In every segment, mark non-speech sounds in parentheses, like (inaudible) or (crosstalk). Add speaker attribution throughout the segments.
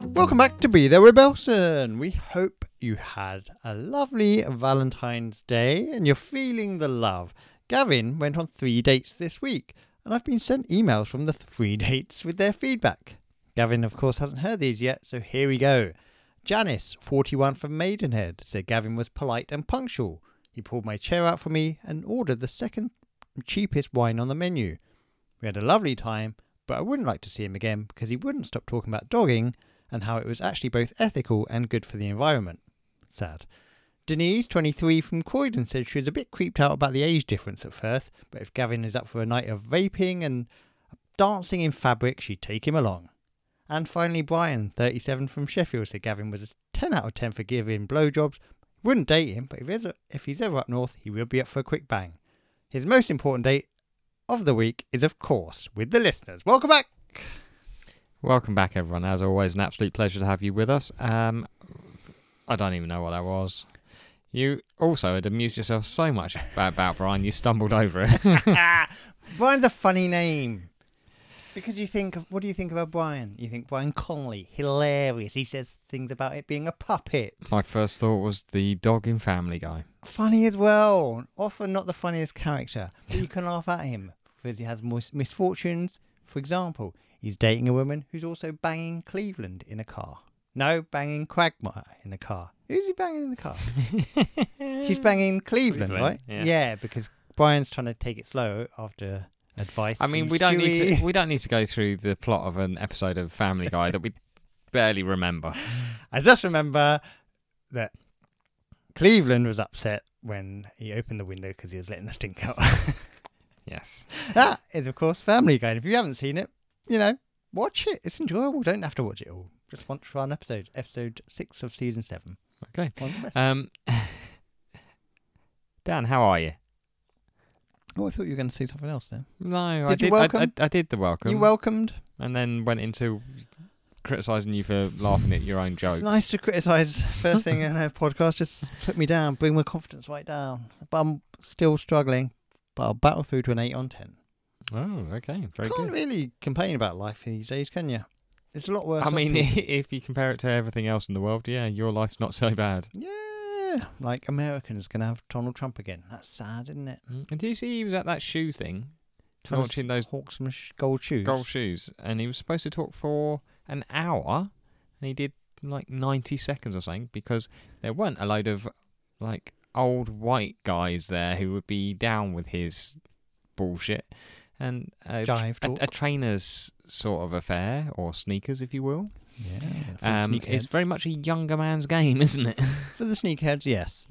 Speaker 1: Welcome back to Be There Rebelson. We hope you had a lovely Valentine's Day and you're feeling the love. Gavin went on three dates this week, and I've been sent emails from the three (laughs) dates with their feedback. Gavin, of course, hasn't heard these yet, so here we go. Janice, 41 from Maidenhead, said Gavin was polite and punctual. He pulled my chair out for me and ordered the second cheapest wine on the menu. We had a lovely time, but I wouldn't like to see him again because he wouldn't stop talking about dogging and how it was actually both ethical and good for the environment. Sad. Denise, 23, from Croydon, said she was a bit creeped out about the age difference at first, but if Gavin is up for a night of vaping and dancing in fabric, she'd take him along. And finally, Brian, 37, from Sheffield, said Gavin was a 10 out of 10 for giving blowjobs. Wouldn't date him, but if he's, if he's ever up north, he will be up for a quick bang. His most important date of the week is, of course, with the listeners. Welcome back!
Speaker 2: Welcome back, everyone. As always, an absolute pleasure to have you with us. Um, I don't even know what that was. You also had amused yourself so much about, about Brian, you stumbled over it. (laughs)
Speaker 1: Ah, Brian's a funny name. Because you think, of, what do you think about Brian? You think Brian Conley, hilarious. He says things about it being a puppet.
Speaker 2: My first thought was the dog in Family Guy.
Speaker 1: Funny as well. Often not the funniest character, but you can laugh at him because he has mis- misfortunes. For example, he's dating a woman who's also banging Cleveland in a car. No, banging Quagmire in a car. Who's he banging in the car? (laughs) She's banging Cleveland,
Speaker 2: Cleveland,
Speaker 1: right?
Speaker 2: yeah.
Speaker 1: because Brian's trying to take it slow after advice.
Speaker 2: I mean,
Speaker 1: from
Speaker 2: we don't need
Speaker 1: Stewie.
Speaker 2: to. We don't need to go through the plot of an episode of Family Guy
Speaker 1: (laughs)
Speaker 2: that we barely remember.
Speaker 1: I just remember that Cleveland was upset when he opened the window because he was letting the stink out. (laughs)
Speaker 2: Yes.
Speaker 1: that is, of course, Family Guy. And if you haven't seen it, you know, watch it. It's enjoyable. Don't have to watch it all. Just watch one episode, episode six of season seven.
Speaker 2: Okay.
Speaker 1: One of the best.
Speaker 2: Um, (laughs) Dan, how are you?
Speaker 1: oh, I thought you were going to say something else then.
Speaker 2: No, I
Speaker 1: Did
Speaker 2: did.
Speaker 1: you
Speaker 2: I-
Speaker 1: welcome?
Speaker 2: I, I did the welcome.
Speaker 1: You welcomed.
Speaker 2: and then went into criticizing you for laughing at your own jokes.
Speaker 1: It's nice to criticise first thing in a podcast. Just put me down, bring my confidence right down. But I'm still struggling, but I'll battle through to an eight on ten.
Speaker 2: Oh, okay, very
Speaker 1: Can't
Speaker 2: good.
Speaker 1: really complain about life these days, can you? It's a lot worse.
Speaker 2: I
Speaker 1: off
Speaker 2: mean,
Speaker 1: people.
Speaker 2: (laughs) if you compare it to everything else in the world, yeah, your life's not so bad.
Speaker 1: yeah, like Americans can have Donald Trump again. That's sad, isn't it?
Speaker 2: Mm. And do you see he was at that shoe thing,
Speaker 1: Trying to
Speaker 2: Watching
Speaker 1: s-
Speaker 2: those
Speaker 1: hawk some sh- gold shoes.
Speaker 2: golf shoes, and he was supposed to talk for an hour, and he did like 90 seconds or something because there weren't a load of like old white guys there who would be down with his bullshit. And uh, a, tr-
Speaker 1: Jive
Speaker 2: a, (laughs)
Speaker 1: talk.
Speaker 2: a trainer's sort of affair, or sneakers, if you will.
Speaker 1: Yeah, for the
Speaker 2: Um, it's
Speaker 1: sneakheads.
Speaker 2: very much a younger man's game, (laughs) isn't it?
Speaker 1: for the sneakheads. Yes,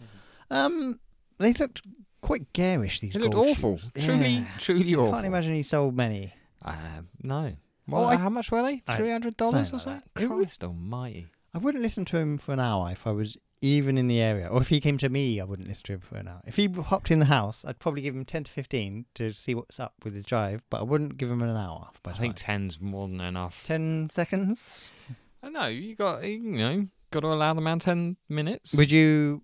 Speaker 1: um, they looked quite garish. These
Speaker 2: It Mm-hmm. looked
Speaker 1: gold
Speaker 2: awful.
Speaker 1: shoes.
Speaker 2: Truly,
Speaker 1: Yeah.
Speaker 2: truly awful.
Speaker 1: Can't imagine he sold many.
Speaker 2: Uh, no. Well,
Speaker 1: I-
Speaker 2: how much were they?
Speaker 1: I-
Speaker 2: Three hundred dollars or
Speaker 1: something like
Speaker 2: something?
Speaker 1: that. It would-
Speaker 2: Christ Almighty!
Speaker 1: I wouldn't listen to him for an hour if I was even in the area, or if he came to me, I wouldn't listen to him for an hour. If he hopped in the house, I'd probably give him ten to fifteen to see what's up with his drive, but I wouldn't give him an hour. By
Speaker 2: I
Speaker 1: the
Speaker 2: think
Speaker 1: time.
Speaker 2: ten's more than enough.
Speaker 1: ten seconds.
Speaker 2: I know you got you know got to allow the man ten minutes.
Speaker 1: Would you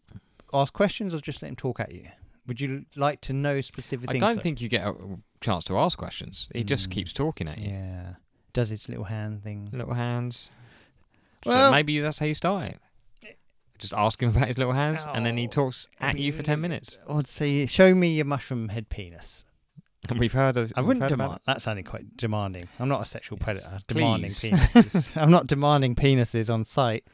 Speaker 1: ask questions or just let him talk at you? Would you like to know specific
Speaker 2: I
Speaker 1: things?
Speaker 2: don't
Speaker 1: like-
Speaker 2: think you get a chance to ask questions. He just
Speaker 1: Mm.
Speaker 2: keeps talking at you.
Speaker 1: Yeah. Does his little hand thing.
Speaker 2: Little hands.
Speaker 1: Well-
Speaker 2: so maybe that's how you start it. Just ask him (laughs) about his little hands, and then he
Speaker 1: Oh,
Speaker 2: talks
Speaker 1: I'll
Speaker 2: at
Speaker 1: be
Speaker 2: you for ten
Speaker 1: livid.
Speaker 2: minutes.
Speaker 1: I would say, show me your mushroom head penis.
Speaker 2: And (laughs) we've heard of.
Speaker 1: I
Speaker 2: we've
Speaker 1: wouldn't
Speaker 2: heard about
Speaker 1: demand. That sounded quite demanding. I'm not a sexual
Speaker 2: Yes.
Speaker 1: predator. Demanding
Speaker 2: Please. (laughs)
Speaker 1: penises. I'm not demanding penises on site.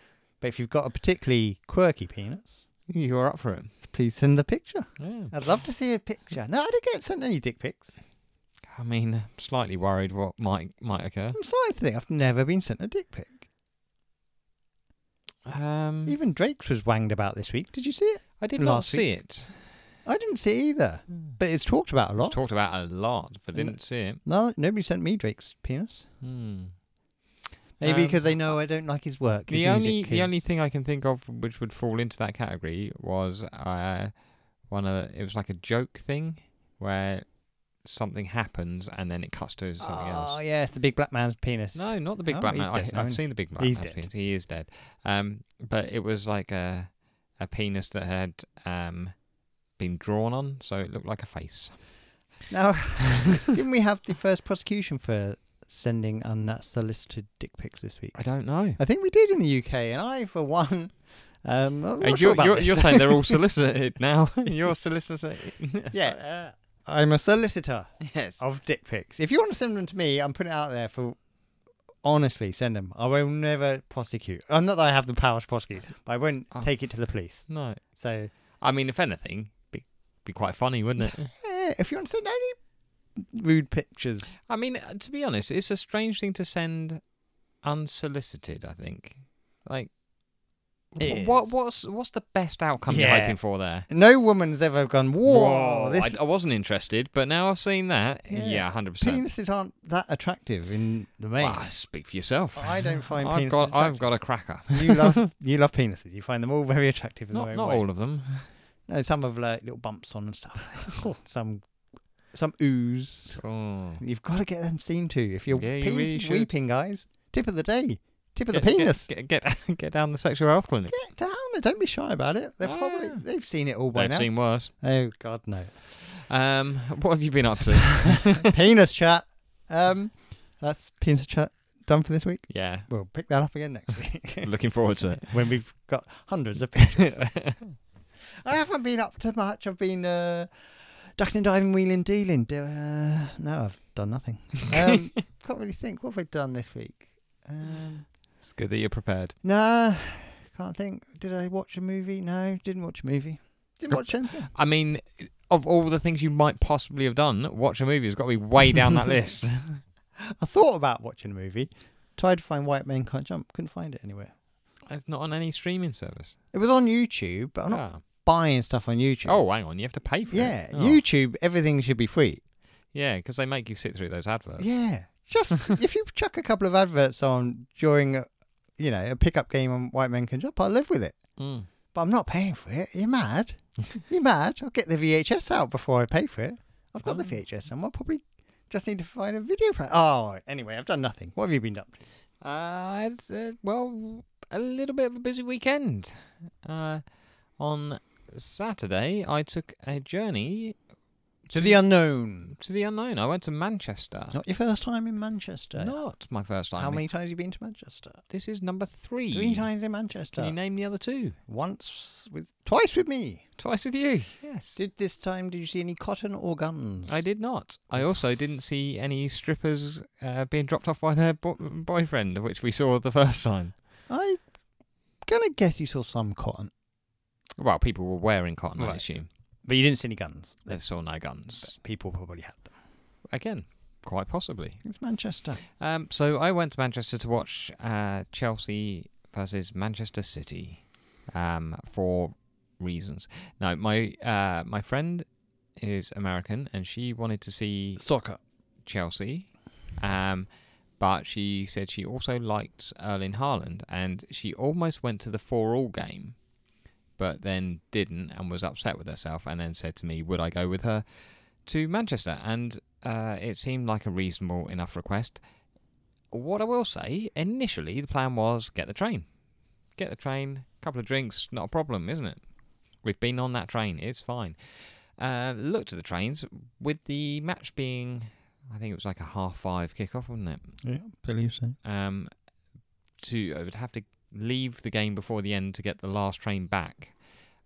Speaker 1: But if you've got a particularly quirky penis,
Speaker 2: it. You are up for it. Uh,
Speaker 1: please send the picture.
Speaker 2: Yeah.
Speaker 1: I'd love to see a picture. No, I don't get sent any dick pics.
Speaker 2: I mean, I'm slightly worried what might might occur.
Speaker 1: I'm sorry to think I've never been sent a dick pic.
Speaker 2: Um,
Speaker 1: Even Drake's was wanged about this week. Did you see it?
Speaker 2: I did not
Speaker 1: last
Speaker 2: see it.
Speaker 1: I didn't see it either.
Speaker 2: But
Speaker 1: But it's talked about a
Speaker 2: it's
Speaker 1: lot.
Speaker 2: talked about a lot, but
Speaker 1: Mm.
Speaker 2: didn't see it.
Speaker 1: no, nobody sent me Drake's penis.
Speaker 2: Hmm.
Speaker 1: Maybe
Speaker 2: Um,
Speaker 1: because they know I don't like his work. his
Speaker 2: The only
Speaker 1: music,
Speaker 2: the only
Speaker 1: his-
Speaker 2: thing I can think of which would fall into that category was uh, one of the, it was like a joke thing where something happens and then it cuts to something
Speaker 1: Oh
Speaker 2: else.
Speaker 1: yes, the big black man's penis.
Speaker 2: No, not the big
Speaker 1: Oh,
Speaker 2: black
Speaker 1: he's
Speaker 2: man. I,
Speaker 1: dead,
Speaker 2: I've
Speaker 1: no.
Speaker 2: seen the big black
Speaker 1: He's
Speaker 2: man.
Speaker 1: dead.
Speaker 2: Penis. He is dead. Um, but it was like a a penis that had um been drawn on, so it looked like a face.
Speaker 1: (laughs) Now, didn't we have the first prosecution for sending unsolicited dick pics this week?
Speaker 2: I don't know.
Speaker 1: I think we did in the UK, and I, for one, um, I'm not
Speaker 2: and
Speaker 1: sure
Speaker 2: you're,
Speaker 1: about
Speaker 2: you're,
Speaker 1: this.
Speaker 2: you're saying
Speaker 1: (laughs)
Speaker 2: they're all solicited now. (laughs) you're solicited.
Speaker 1: Yeah. I'm a solicitor
Speaker 2: (laughs) yes. Oh,
Speaker 1: of dick pics. If you want to send them to me, I'm putting it out there for. Honestly, send them. I will never prosecute. Uh, not that I have the power to prosecute, but I won't
Speaker 2: Oh.
Speaker 1: take it to the police.
Speaker 2: No.
Speaker 1: So
Speaker 2: I mean, if anything, be be quite funny,
Speaker 1: (laughs)
Speaker 2: wouldn't it?
Speaker 1: Eh, if you want to send any rude pictures,
Speaker 2: I mean, uh, to be honest, it's a strange thing to send unsolicited. I think. Like,
Speaker 1: It
Speaker 2: wh- what
Speaker 1: is.
Speaker 2: what's what's the best outcome you're
Speaker 1: Yeah.
Speaker 2: hoping for there?
Speaker 1: no woman's ever gone. Whoa,
Speaker 2: Whoa,
Speaker 1: this
Speaker 2: I, I wasn't interested, but now I've seen that.
Speaker 1: Yeah.
Speaker 2: Yeah, hundred percent.
Speaker 1: penises aren't that attractive in the main.
Speaker 2: Well, speak for yourself.
Speaker 1: I don't find
Speaker 2: I've
Speaker 1: penises
Speaker 2: got I've
Speaker 1: attractive.
Speaker 2: got a cracker.
Speaker 1: you
Speaker 2: (laughs)
Speaker 1: love you love penises. You find them all very attractive in
Speaker 2: Not
Speaker 1: their own
Speaker 2: not
Speaker 1: way.
Speaker 2: all of them.
Speaker 1: No, some have like little bumps on and stuff.
Speaker 2: (laughs)
Speaker 1: some some ooze.
Speaker 2: Oh.
Speaker 1: You've got to get them seen to. If your
Speaker 2: Yeah, you
Speaker 1: penis
Speaker 2: really
Speaker 1: is
Speaker 2: should.
Speaker 1: weeping, guys, tip of the day, tip of
Speaker 2: Get-
Speaker 1: the penis.
Speaker 2: Oh. Get get, get (laughs) get down the sexual health clinic.
Speaker 1: Get down there. Don't be shy about it. They're probably
Speaker 2: Ah.
Speaker 1: they've seen it all by
Speaker 2: They've
Speaker 1: now.
Speaker 2: seen worse.
Speaker 1: Oh God,
Speaker 2: (laughs)
Speaker 1: no.
Speaker 2: Um, (laughs) what have you been
Speaker 1: (laughs)
Speaker 2: up to?
Speaker 1: penis chat. Um, that's penis chat done for this week.
Speaker 2: yeah,
Speaker 1: We'll pick that up again next
Speaker 2: (laughs)
Speaker 1: week (laughs)
Speaker 2: looking forward to it.
Speaker 1: when we've got hundreds of pictures. (laughs) I haven't been up to much. I've been uh, ducking and diving, wheeling, dealing. Do- Uh, no, I've done nothing. (laughs) Um, can't really think. What have I done this week? Um,
Speaker 2: It's good that you're prepared.
Speaker 1: nah, can't think. Did I watch a movie? No, didn't watch a movie. Didn't watch anything.
Speaker 2: I mean, of all the things you might possibly have done, watch a movie has got to be way down that
Speaker 1: (laughs)
Speaker 2: list.
Speaker 1: (laughs) I thought about watching a movie. Tried to find White Men Can't Jump. Couldn't find it anywhere.
Speaker 2: It's not on any streaming service.
Speaker 1: It was on YouTube, but I'm Oh, not
Speaker 2: Ah.
Speaker 1: buying stuff on YouTube.
Speaker 2: Oh, hang on, you have to pay for
Speaker 1: yeah,
Speaker 2: it. Oh.
Speaker 1: YouTube, everything should be free.
Speaker 2: Yeah, because they make you sit through those adverts.
Speaker 1: Yeah, just if you chuck a couple of adverts on during, a, you know, a pickup game on White Men Can Jump, I'll live with it.
Speaker 2: Mm.
Speaker 1: But I'm not paying for it. You're (laughs) mad. You're mad. I'll get the VHS out before I pay for it. I've got the
Speaker 2: Oh.
Speaker 1: VHS somewhere. I'll probably just need to find a video. Play- oh, anyway, I've done nothing. What have you been up to?
Speaker 2: Uh, it's, uh, well, a little bit of a busy weekend. Uh, on Saturday, I took a journey
Speaker 1: To the unknown.
Speaker 2: to the unknown. I went to Manchester.
Speaker 1: Not your first time in Manchester.
Speaker 2: Not my first time.
Speaker 1: How many times have you been to Manchester?
Speaker 2: This is number three.
Speaker 1: Three times in Manchester.
Speaker 2: Can you name the other two?
Speaker 1: Once with twice with me.
Speaker 2: Twice with you. Yes.
Speaker 1: Did this time? Did you see any cotton or guns?
Speaker 2: I did not. I also didn't see any strippers uh, being dropped off by their bo- boyfriend, which we saw the first time.
Speaker 1: I gonna guess you saw some cotton,
Speaker 2: Well, people were wearing cotton, I
Speaker 1: Right.
Speaker 2: assume.
Speaker 1: but you didn't see any guns.
Speaker 2: They saw no guns.
Speaker 1: People probably had them.
Speaker 2: Again, quite possibly.
Speaker 1: It's Manchester.
Speaker 2: Um, so I went to Manchester to watch uh, Chelsea versus Manchester City um, for reasons. Now, my uh, my friend is American and she wanted to see
Speaker 1: Soccer.
Speaker 2: Chelsea, um, but she said she also liked Erling Haaland and she almost went to the four all game, but then didn't and was upset with herself and then said to me, "Would I go with her to Manchester?" And uh, it seemed like a reasonable enough request. What I will say, initially the plan was get the train, get the train, couple of drinks, not a problem, isn't it? We've been on that train, it's fine. Uh, looked at the trains with the match being I think it was like a half five kickoff, wasn't it?
Speaker 1: Yeah, believe so.
Speaker 2: Um, to I would have to leave the game before the end to get the last train back.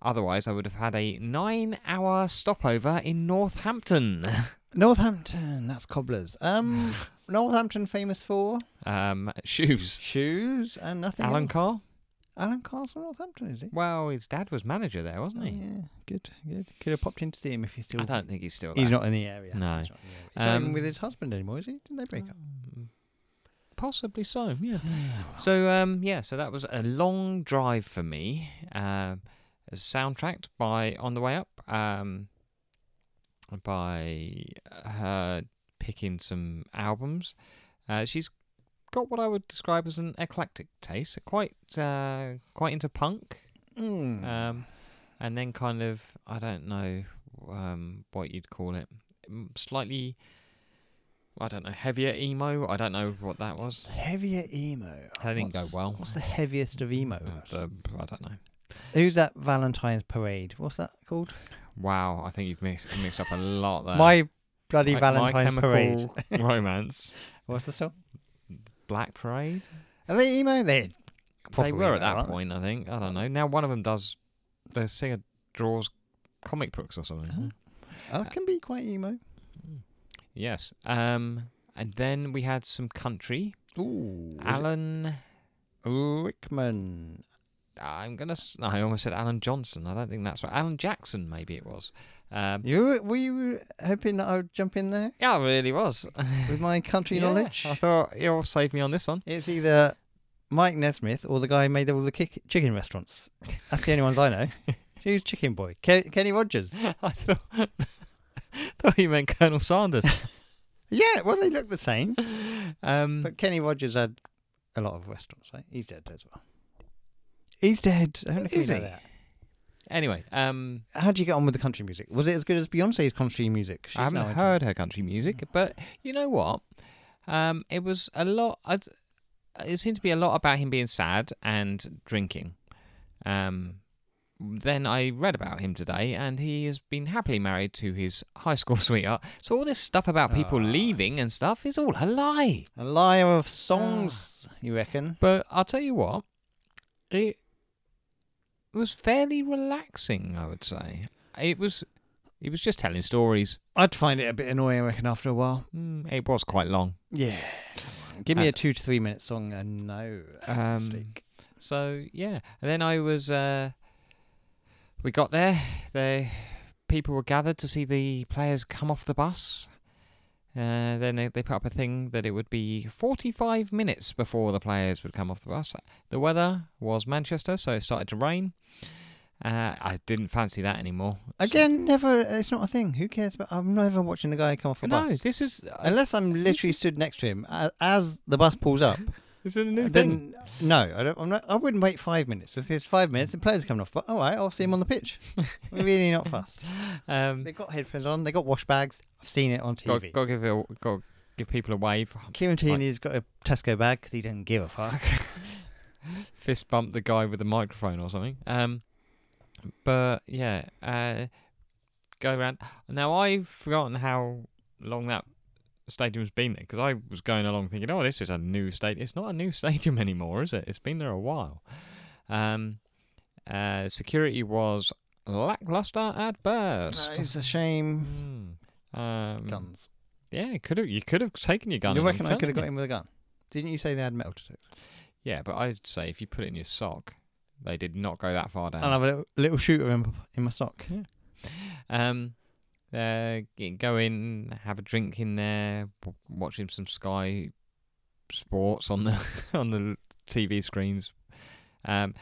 Speaker 2: Otherwise, I would have had a nine-hour stopover in Northampton. (laughs)
Speaker 1: Northampton. That's cobblers. (laughs) Um, Northampton famous for
Speaker 2: um, shoes.
Speaker 1: shoes and nothing.
Speaker 2: Alan
Speaker 1: else.
Speaker 2: Carr.
Speaker 1: Alan Castle, Northampton, is he?
Speaker 2: Well, his dad was manager there, wasn't
Speaker 1: Oh,
Speaker 2: he?
Speaker 1: yeah, good, good. Could have popped in to see him if he's still.
Speaker 2: I don't think he's still there.
Speaker 1: He's not in the area.
Speaker 2: No.
Speaker 1: He's not, in the area. He's not even
Speaker 2: Um,
Speaker 1: with his husband anymore, is he? Didn't they break up?
Speaker 2: Mm, Possibly so. Yeah. So um, yeah, so that was a long drive for me. Um, soundtracked by on the way up um, by her picking some albums. Uh, she's got what I would describe as an eclectic taste. Quite uh, quite into punk.
Speaker 1: Mm.
Speaker 2: Um, and then kind of I don't know um, what you'd call it. Mm, Slightly. I don't know, heavier emo. I don't know what that was.
Speaker 1: Heavier emo.
Speaker 2: That didn't
Speaker 1: What's-
Speaker 2: go well.
Speaker 1: What's the heaviest of emo?
Speaker 2: Uh, the, I don't know.
Speaker 1: Who's that Valentine's Parade? What's that called?
Speaker 2: Wow, I think you've mixed, mixed up a lot there.
Speaker 1: My bloody
Speaker 2: My- My
Speaker 1: Valentine's Parade. (laughs)
Speaker 2: Chemical romance.
Speaker 1: What's the song?
Speaker 2: Black Parade.
Speaker 1: Are they emo? They're proper
Speaker 2: they were at
Speaker 1: emo,
Speaker 2: that
Speaker 1: aren't
Speaker 2: point, I think. I don't know. Now one of them does. The singer draws comic books or something.
Speaker 1: Oh. they?
Speaker 2: Uh,
Speaker 1: Oh, can be quite emo. Oh.
Speaker 2: Yes. Um, and then we had some country.
Speaker 1: Ooh.
Speaker 2: Alan.
Speaker 1: Rickman.
Speaker 2: I'm gonna. s- No, I almost said Alan Johnson. I don't think that's right. Alan Jackson, maybe it was. Um,
Speaker 1: You were- were you hoping that I would jump in there
Speaker 2: yeah, it really was. (laughs)
Speaker 1: with my country
Speaker 2: Yeah,
Speaker 1: knowledge?
Speaker 2: I thought you'll save me on this one. (laughs)
Speaker 1: It's either Mike Nesmith or the guy who made all the kick- chicken restaurants. That's the only ones I
Speaker 2: (laughs)
Speaker 1: know. Who's Chicken Boy? Ke- Kenny Rogers.
Speaker 2: I thought, (laughs) thought you meant
Speaker 1: (laughs)
Speaker 2: Colonel Sanders.
Speaker 1: Yeah, well, they look the
Speaker 2: Hmm.
Speaker 1: same.
Speaker 2: Um,
Speaker 1: But Kenny Rogers had a lot of restaurants, right? He's dead as well. He's dead. I don't know if you
Speaker 2: Is
Speaker 1: know
Speaker 2: he?
Speaker 1: that.
Speaker 2: anyway, um,
Speaker 1: How'd you get on with the country music? Was it as good as Beyonce's country music? She's
Speaker 2: I haven't
Speaker 1: now a-
Speaker 2: heard her country music, but you know what? Um, it was a lot. I'd- It seemed to be a lot about him being sad and drinking. Um, then I read about him today, and he has been happily married to his high school (laughs) sweetheart. So all this stuff about people
Speaker 1: Ah.
Speaker 2: leaving and stuff is all a lie.
Speaker 1: A liar of songs, you reckon?
Speaker 2: But I'll tell you what, it was fairly relaxing. I would say it was. It was just telling stories.
Speaker 1: I'd find it a bit annoying, I reckon, after a while.
Speaker 2: Mm, It was quite long.
Speaker 1: Yeah. Give me
Speaker 2: Uh,
Speaker 1: a two to three minute song and no
Speaker 2: Um,
Speaker 1: mistake.
Speaker 2: So yeah, and then I was. Uh, we got there. The people were gathered to see the players come off the bus. Uh, then they, they put up a thing that it would be 45 minutes before the players would come off the bus. The weather was Manchester, so it started to rain. Uh, I didn't fancy that anymore.
Speaker 1: Again, never. It's not a thing. Who cares? But I'm never watching a guy come off a
Speaker 2: no,
Speaker 1: bus
Speaker 2: this is uh,
Speaker 1: unless I'm literally stood next to him a- as the bus pulls up.
Speaker 2: this is a new thing.
Speaker 1: then no, I don't. I'm not. I wouldn't wait five minutes. If there's five minutes, the players coming off. But all right, I'll see him on the (laughs) pitch. We're really not fussed.
Speaker 2: Um,
Speaker 1: They got headphones on. They got wash bags. I've seen it on
Speaker 2: got,
Speaker 1: TV.
Speaker 2: got give it, a- got give people a wave.
Speaker 1: Kirantini's got a Tesco bag because he doesn't give a fuck.
Speaker 2: (laughs) fist bump the guy with the microphone or something. Um, but yeah, uh, go around. Now I've forgotten how long that stadium's been there because I was going along thinking, oh, this is a new stadium. It's not a new stadium (laughs) anymore, is it? It's been there a while. Um, uh, security was lackluster at best.
Speaker 1: It's a shame.
Speaker 2: Hmm. Um,
Speaker 1: Guns.
Speaker 2: Yeah, could have you could have taken your gun.
Speaker 1: you
Speaker 2: and
Speaker 1: reckon I
Speaker 2: done
Speaker 1: could have
Speaker 2: it.
Speaker 1: got him with a gun? Didn't you say they had metal detectors?
Speaker 2: Yeah, but I'd say if you put it in your sock, they did not go that far down.
Speaker 1: And I'll have a little, little shooter in, in my sock.
Speaker 2: Um, uh, g- go in, have a drink in there, w- watching some Sky Sports on the (laughs) on the TV screens. Um,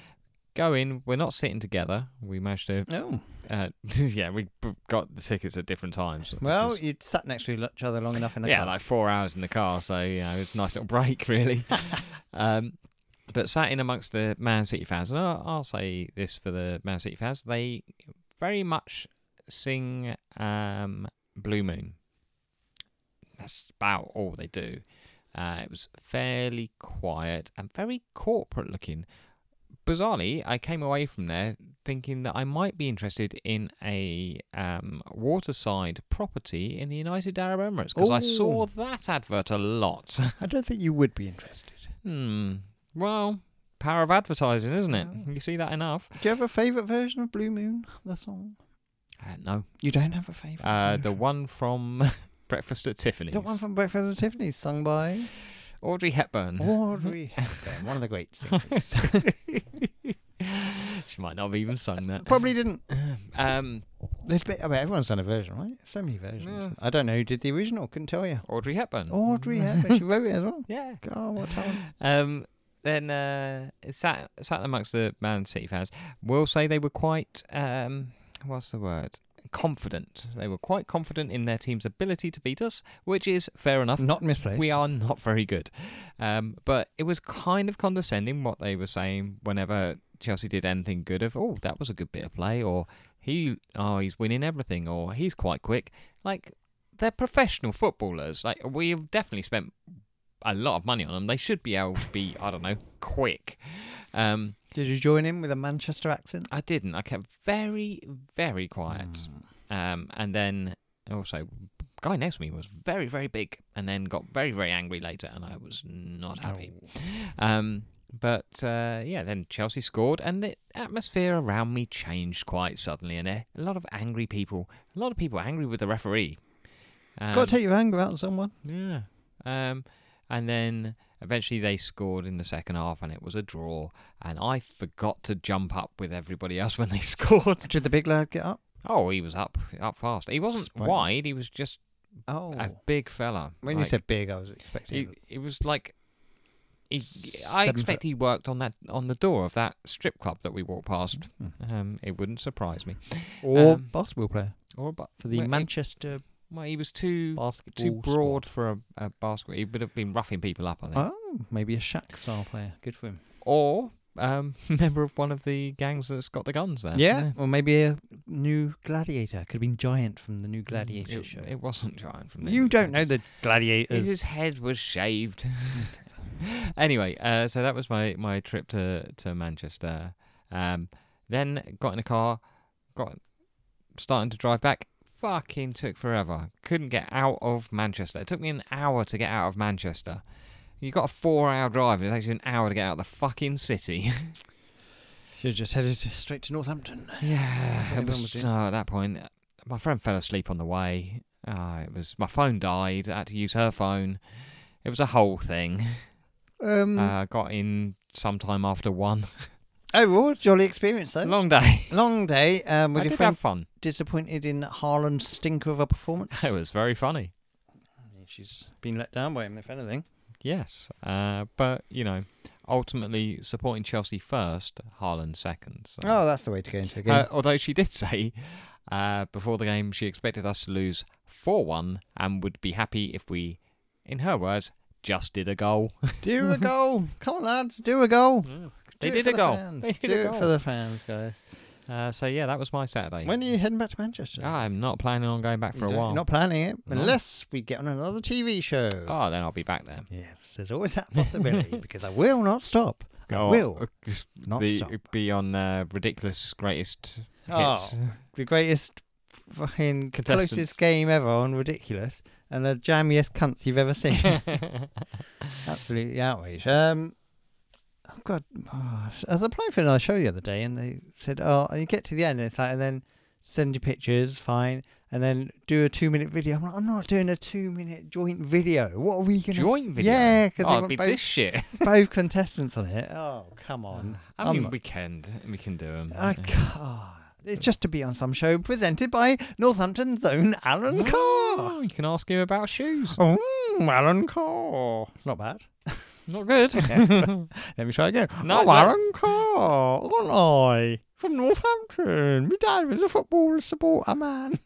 Speaker 2: go in. We're not sitting together. We managed to.
Speaker 1: Oh.
Speaker 2: Uh, (laughs) yeah, we b- got the tickets at different times. which
Speaker 1: Well,
Speaker 2: is-
Speaker 1: you sat next to each other long enough in the
Speaker 2: yeah,
Speaker 1: car.
Speaker 2: like four hours in the car. So you know, it's a nice little (laughs)
Speaker 1: (laughs)
Speaker 2: break, really. um, but sat in amongst the Man City fans, and I'll, I'll say this for the Man City fans: they very much sing um, "Blue Moon." That's about all they do. Uh, it was fairly quiet and very corporate looking. Bizarrely, I came away from there thinking that I might be interested in a um, waterside property in the United Arab Emirates because I saw
Speaker 1: Ooh.
Speaker 2: that advert a lot. (laughs)
Speaker 1: I don't think you would be interested.
Speaker 2: Hmm. Well, power of advertising, isn't it?
Speaker 1: Mm.
Speaker 2: You see that enough?
Speaker 1: Do you have a favourite version of Blue Moon, the song?
Speaker 2: Uh, no.
Speaker 1: You don't have a favourite.
Speaker 2: Uh, the
Speaker 1: version?
Speaker 2: one from (laughs) Breakfast at Tiffany's.
Speaker 1: The one from Breakfast at Tiffany's, sung
Speaker 2: (laughs)
Speaker 1: by
Speaker 2: Audrey Hepburn. (laughs)
Speaker 1: Audrey Hepburn, one of the great singers.
Speaker 2: she might not have even sung that.
Speaker 1: Probably didn't.
Speaker 2: Um,
Speaker 1: There's bit, I mean, everyone's done a version, right? So many versions.
Speaker 2: Yeah. Mm.
Speaker 1: I don't know who did the original. Couldn't tell you.
Speaker 2: Audrey Hepburn. (laughs)
Speaker 1: Audrey Hepburn. She wrote it as well.
Speaker 2: Yeah.
Speaker 1: God, what talent.
Speaker 2: Um, then uh, sat sat amongst the Man City fans. Will say they were quite um, what's the word? Confident. They were quite confident in their team's ability to beat us, which is fair enough.
Speaker 1: Not misplaced.
Speaker 2: We are (laughs) not very good. Um, but it was kind of condescending what they were saying whenever Chelsea did anything good of, oh, that was a good bit of play, or he, oh, he's winning everything, or he's quite quick. Like, they're professional footballers. Like, we've definitely spent a lot of money on them. They should be able to be, I don't know, quick. Um,
Speaker 1: Did you join in with a Manchester accent?
Speaker 2: I Hmm. didn't. I kept very, very quiet.
Speaker 1: Mm.
Speaker 2: Um, and then also guy next to me was very, very big and then got very, very angry later, and I was not happy. Um, but uh, yeah, then Chelsea scored, and the atmosphere around me changed quite suddenly, and a a lot of angry people, a lot of people angry with the referee. Um,
Speaker 1: Got to take your anger out on someone.
Speaker 2: yeah. Um, and then eventually they scored in the second half, and it was a draw. And I forgot to jump up with everybody else when they (laughs) scored.
Speaker 1: Did the big lad get up?
Speaker 2: Oh, he was up, up fast. He wasn't
Speaker 1: Spike.
Speaker 2: wide. He was just
Speaker 1: Oh.
Speaker 2: a big fella.
Speaker 1: when you
Speaker 2: Like,
Speaker 1: said big, I was expecting.
Speaker 2: he, it was like. He, I
Speaker 1: Seven
Speaker 2: expect he worked on that on the door of that strip club that we walked past.
Speaker 1: Mm.
Speaker 2: Um, it wouldn't surprise me.
Speaker 1: or
Speaker 2: um,
Speaker 1: basketball player
Speaker 2: Or but
Speaker 1: for the
Speaker 2: well, he-
Speaker 1: Manchester
Speaker 2: well, he was too
Speaker 1: basketball.
Speaker 2: too broad
Speaker 1: squad.
Speaker 2: for a, a basketball. He would have been roughing people up. I think.
Speaker 1: Oh, maybe a Shaq style player. Good for him.
Speaker 2: or um, (laughs) member of one of the gangs that's got the guns there.
Speaker 1: Yeah, or maybe a new gladiator. Could have been Giant from the new Gladiator
Speaker 2: Mm, it,
Speaker 1: show.
Speaker 2: It wasn't giant from
Speaker 1: you don't know the
Speaker 2: His,
Speaker 1: gladiators.
Speaker 2: his head was shaved. (laughs) anyway, uh, so that was my, my trip to to Manchester. Um, then got in a car, got starting to drive back. Fucking took forever. Couldn't get out of Manchester. It took me an hour to get out of Manchester. You got a four-hour drive. and It takes you an hour to get out of the fucking city. (laughs)
Speaker 1: (laughs) Should have just headed straight to Northampton. That's what
Speaker 2: Yeah, it
Speaker 1: everyone
Speaker 2: was,
Speaker 1: was doing.
Speaker 2: oh, at that point, uh, my friend fell asleep on the way. Uh, it was my phone died. I had to use her phone. It was a whole thing.
Speaker 1: Um,
Speaker 2: Uh, got in sometime after one.
Speaker 1: overall, jolly experience though.
Speaker 2: (laughs) Long day.
Speaker 1: Long day. Um, was
Speaker 2: I
Speaker 1: your
Speaker 2: did
Speaker 1: friend
Speaker 2: have fun. (laughs)
Speaker 1: disappointed in Haaland's stinker of a performance?
Speaker 2: It was very funny.
Speaker 1: She's been let down by him, if anything.
Speaker 2: Yes, uh, but you know, ultimately supporting Chelsea first, Haaland second. So.
Speaker 1: Oh, that's the way to go into a game.
Speaker 2: Uh, although she did (laughs) say uh, before the game she expected us to lose 4 1 and would be happy if we, in her words, just did a
Speaker 1: (laughs)
Speaker 2: goal.
Speaker 1: (laughs) do a goal. Come on, lads, do a goal.
Speaker 2: They
Speaker 1: Do it
Speaker 2: did
Speaker 1: for
Speaker 2: a
Speaker 1: the
Speaker 2: goal.
Speaker 1: fans.
Speaker 2: They did
Speaker 1: do
Speaker 2: a
Speaker 1: it for
Speaker 2: goal.
Speaker 1: the fans, guys.
Speaker 2: Uh, so yeah, that was my Saturday.
Speaker 1: When are you heading back to Manchester?
Speaker 2: I'm not planning on going back
Speaker 1: You
Speaker 2: for a
Speaker 1: don't-
Speaker 2: while.
Speaker 1: You're not planning it,
Speaker 2: No.
Speaker 1: unless we get on another TV show.
Speaker 2: Oh, then I'll be back there.
Speaker 1: Yes, there's always that (laughs) possibility because I will not stop.
Speaker 2: Go on.
Speaker 1: will
Speaker 2: Uh, (laughs) just
Speaker 1: not
Speaker 2: be,
Speaker 1: stop.
Speaker 2: be on uh, ridiculous greatest
Speaker 1: Oh, (laughs)
Speaker 2: hits. (laughs)
Speaker 1: the greatest fucking
Speaker 2: Contestants.
Speaker 1: closest game ever on Ridiculous and the jammiest cunts you've ever seen. Absolutely outrage. Um, oh God, oh, I was applying for another show the other day, and they said, "Oh, you get to the end, and it's like, and then send your pictures, fine, and then do a two-minute video." I'm like, "I'm not doing a two-minute joint video. What are we going to
Speaker 2: Joint video.
Speaker 1: Yeah,
Speaker 2: oh,
Speaker 1: because they
Speaker 2: it'd be
Speaker 1: want both,
Speaker 2: this shit.
Speaker 1: both contestants on it. Oh, come on.
Speaker 2: (sighs) I mean,
Speaker 1: I'm-
Speaker 2: we can we can do them. (laughs)
Speaker 1: I can't. It's just to be on some show presented by Northampton's own Alan
Speaker 2: Ah.
Speaker 1: Carr.
Speaker 2: Oh, you can ask him about shoes.
Speaker 1: Oh, Alan Carr. Not bad.
Speaker 2: Not
Speaker 1: (laughs)
Speaker 2: good.
Speaker 1: Let me try again.
Speaker 2: No,
Speaker 1: I'm
Speaker 2: no.
Speaker 1: Alan Carr, aren't I? From Northampton. My dad was a football supporter man.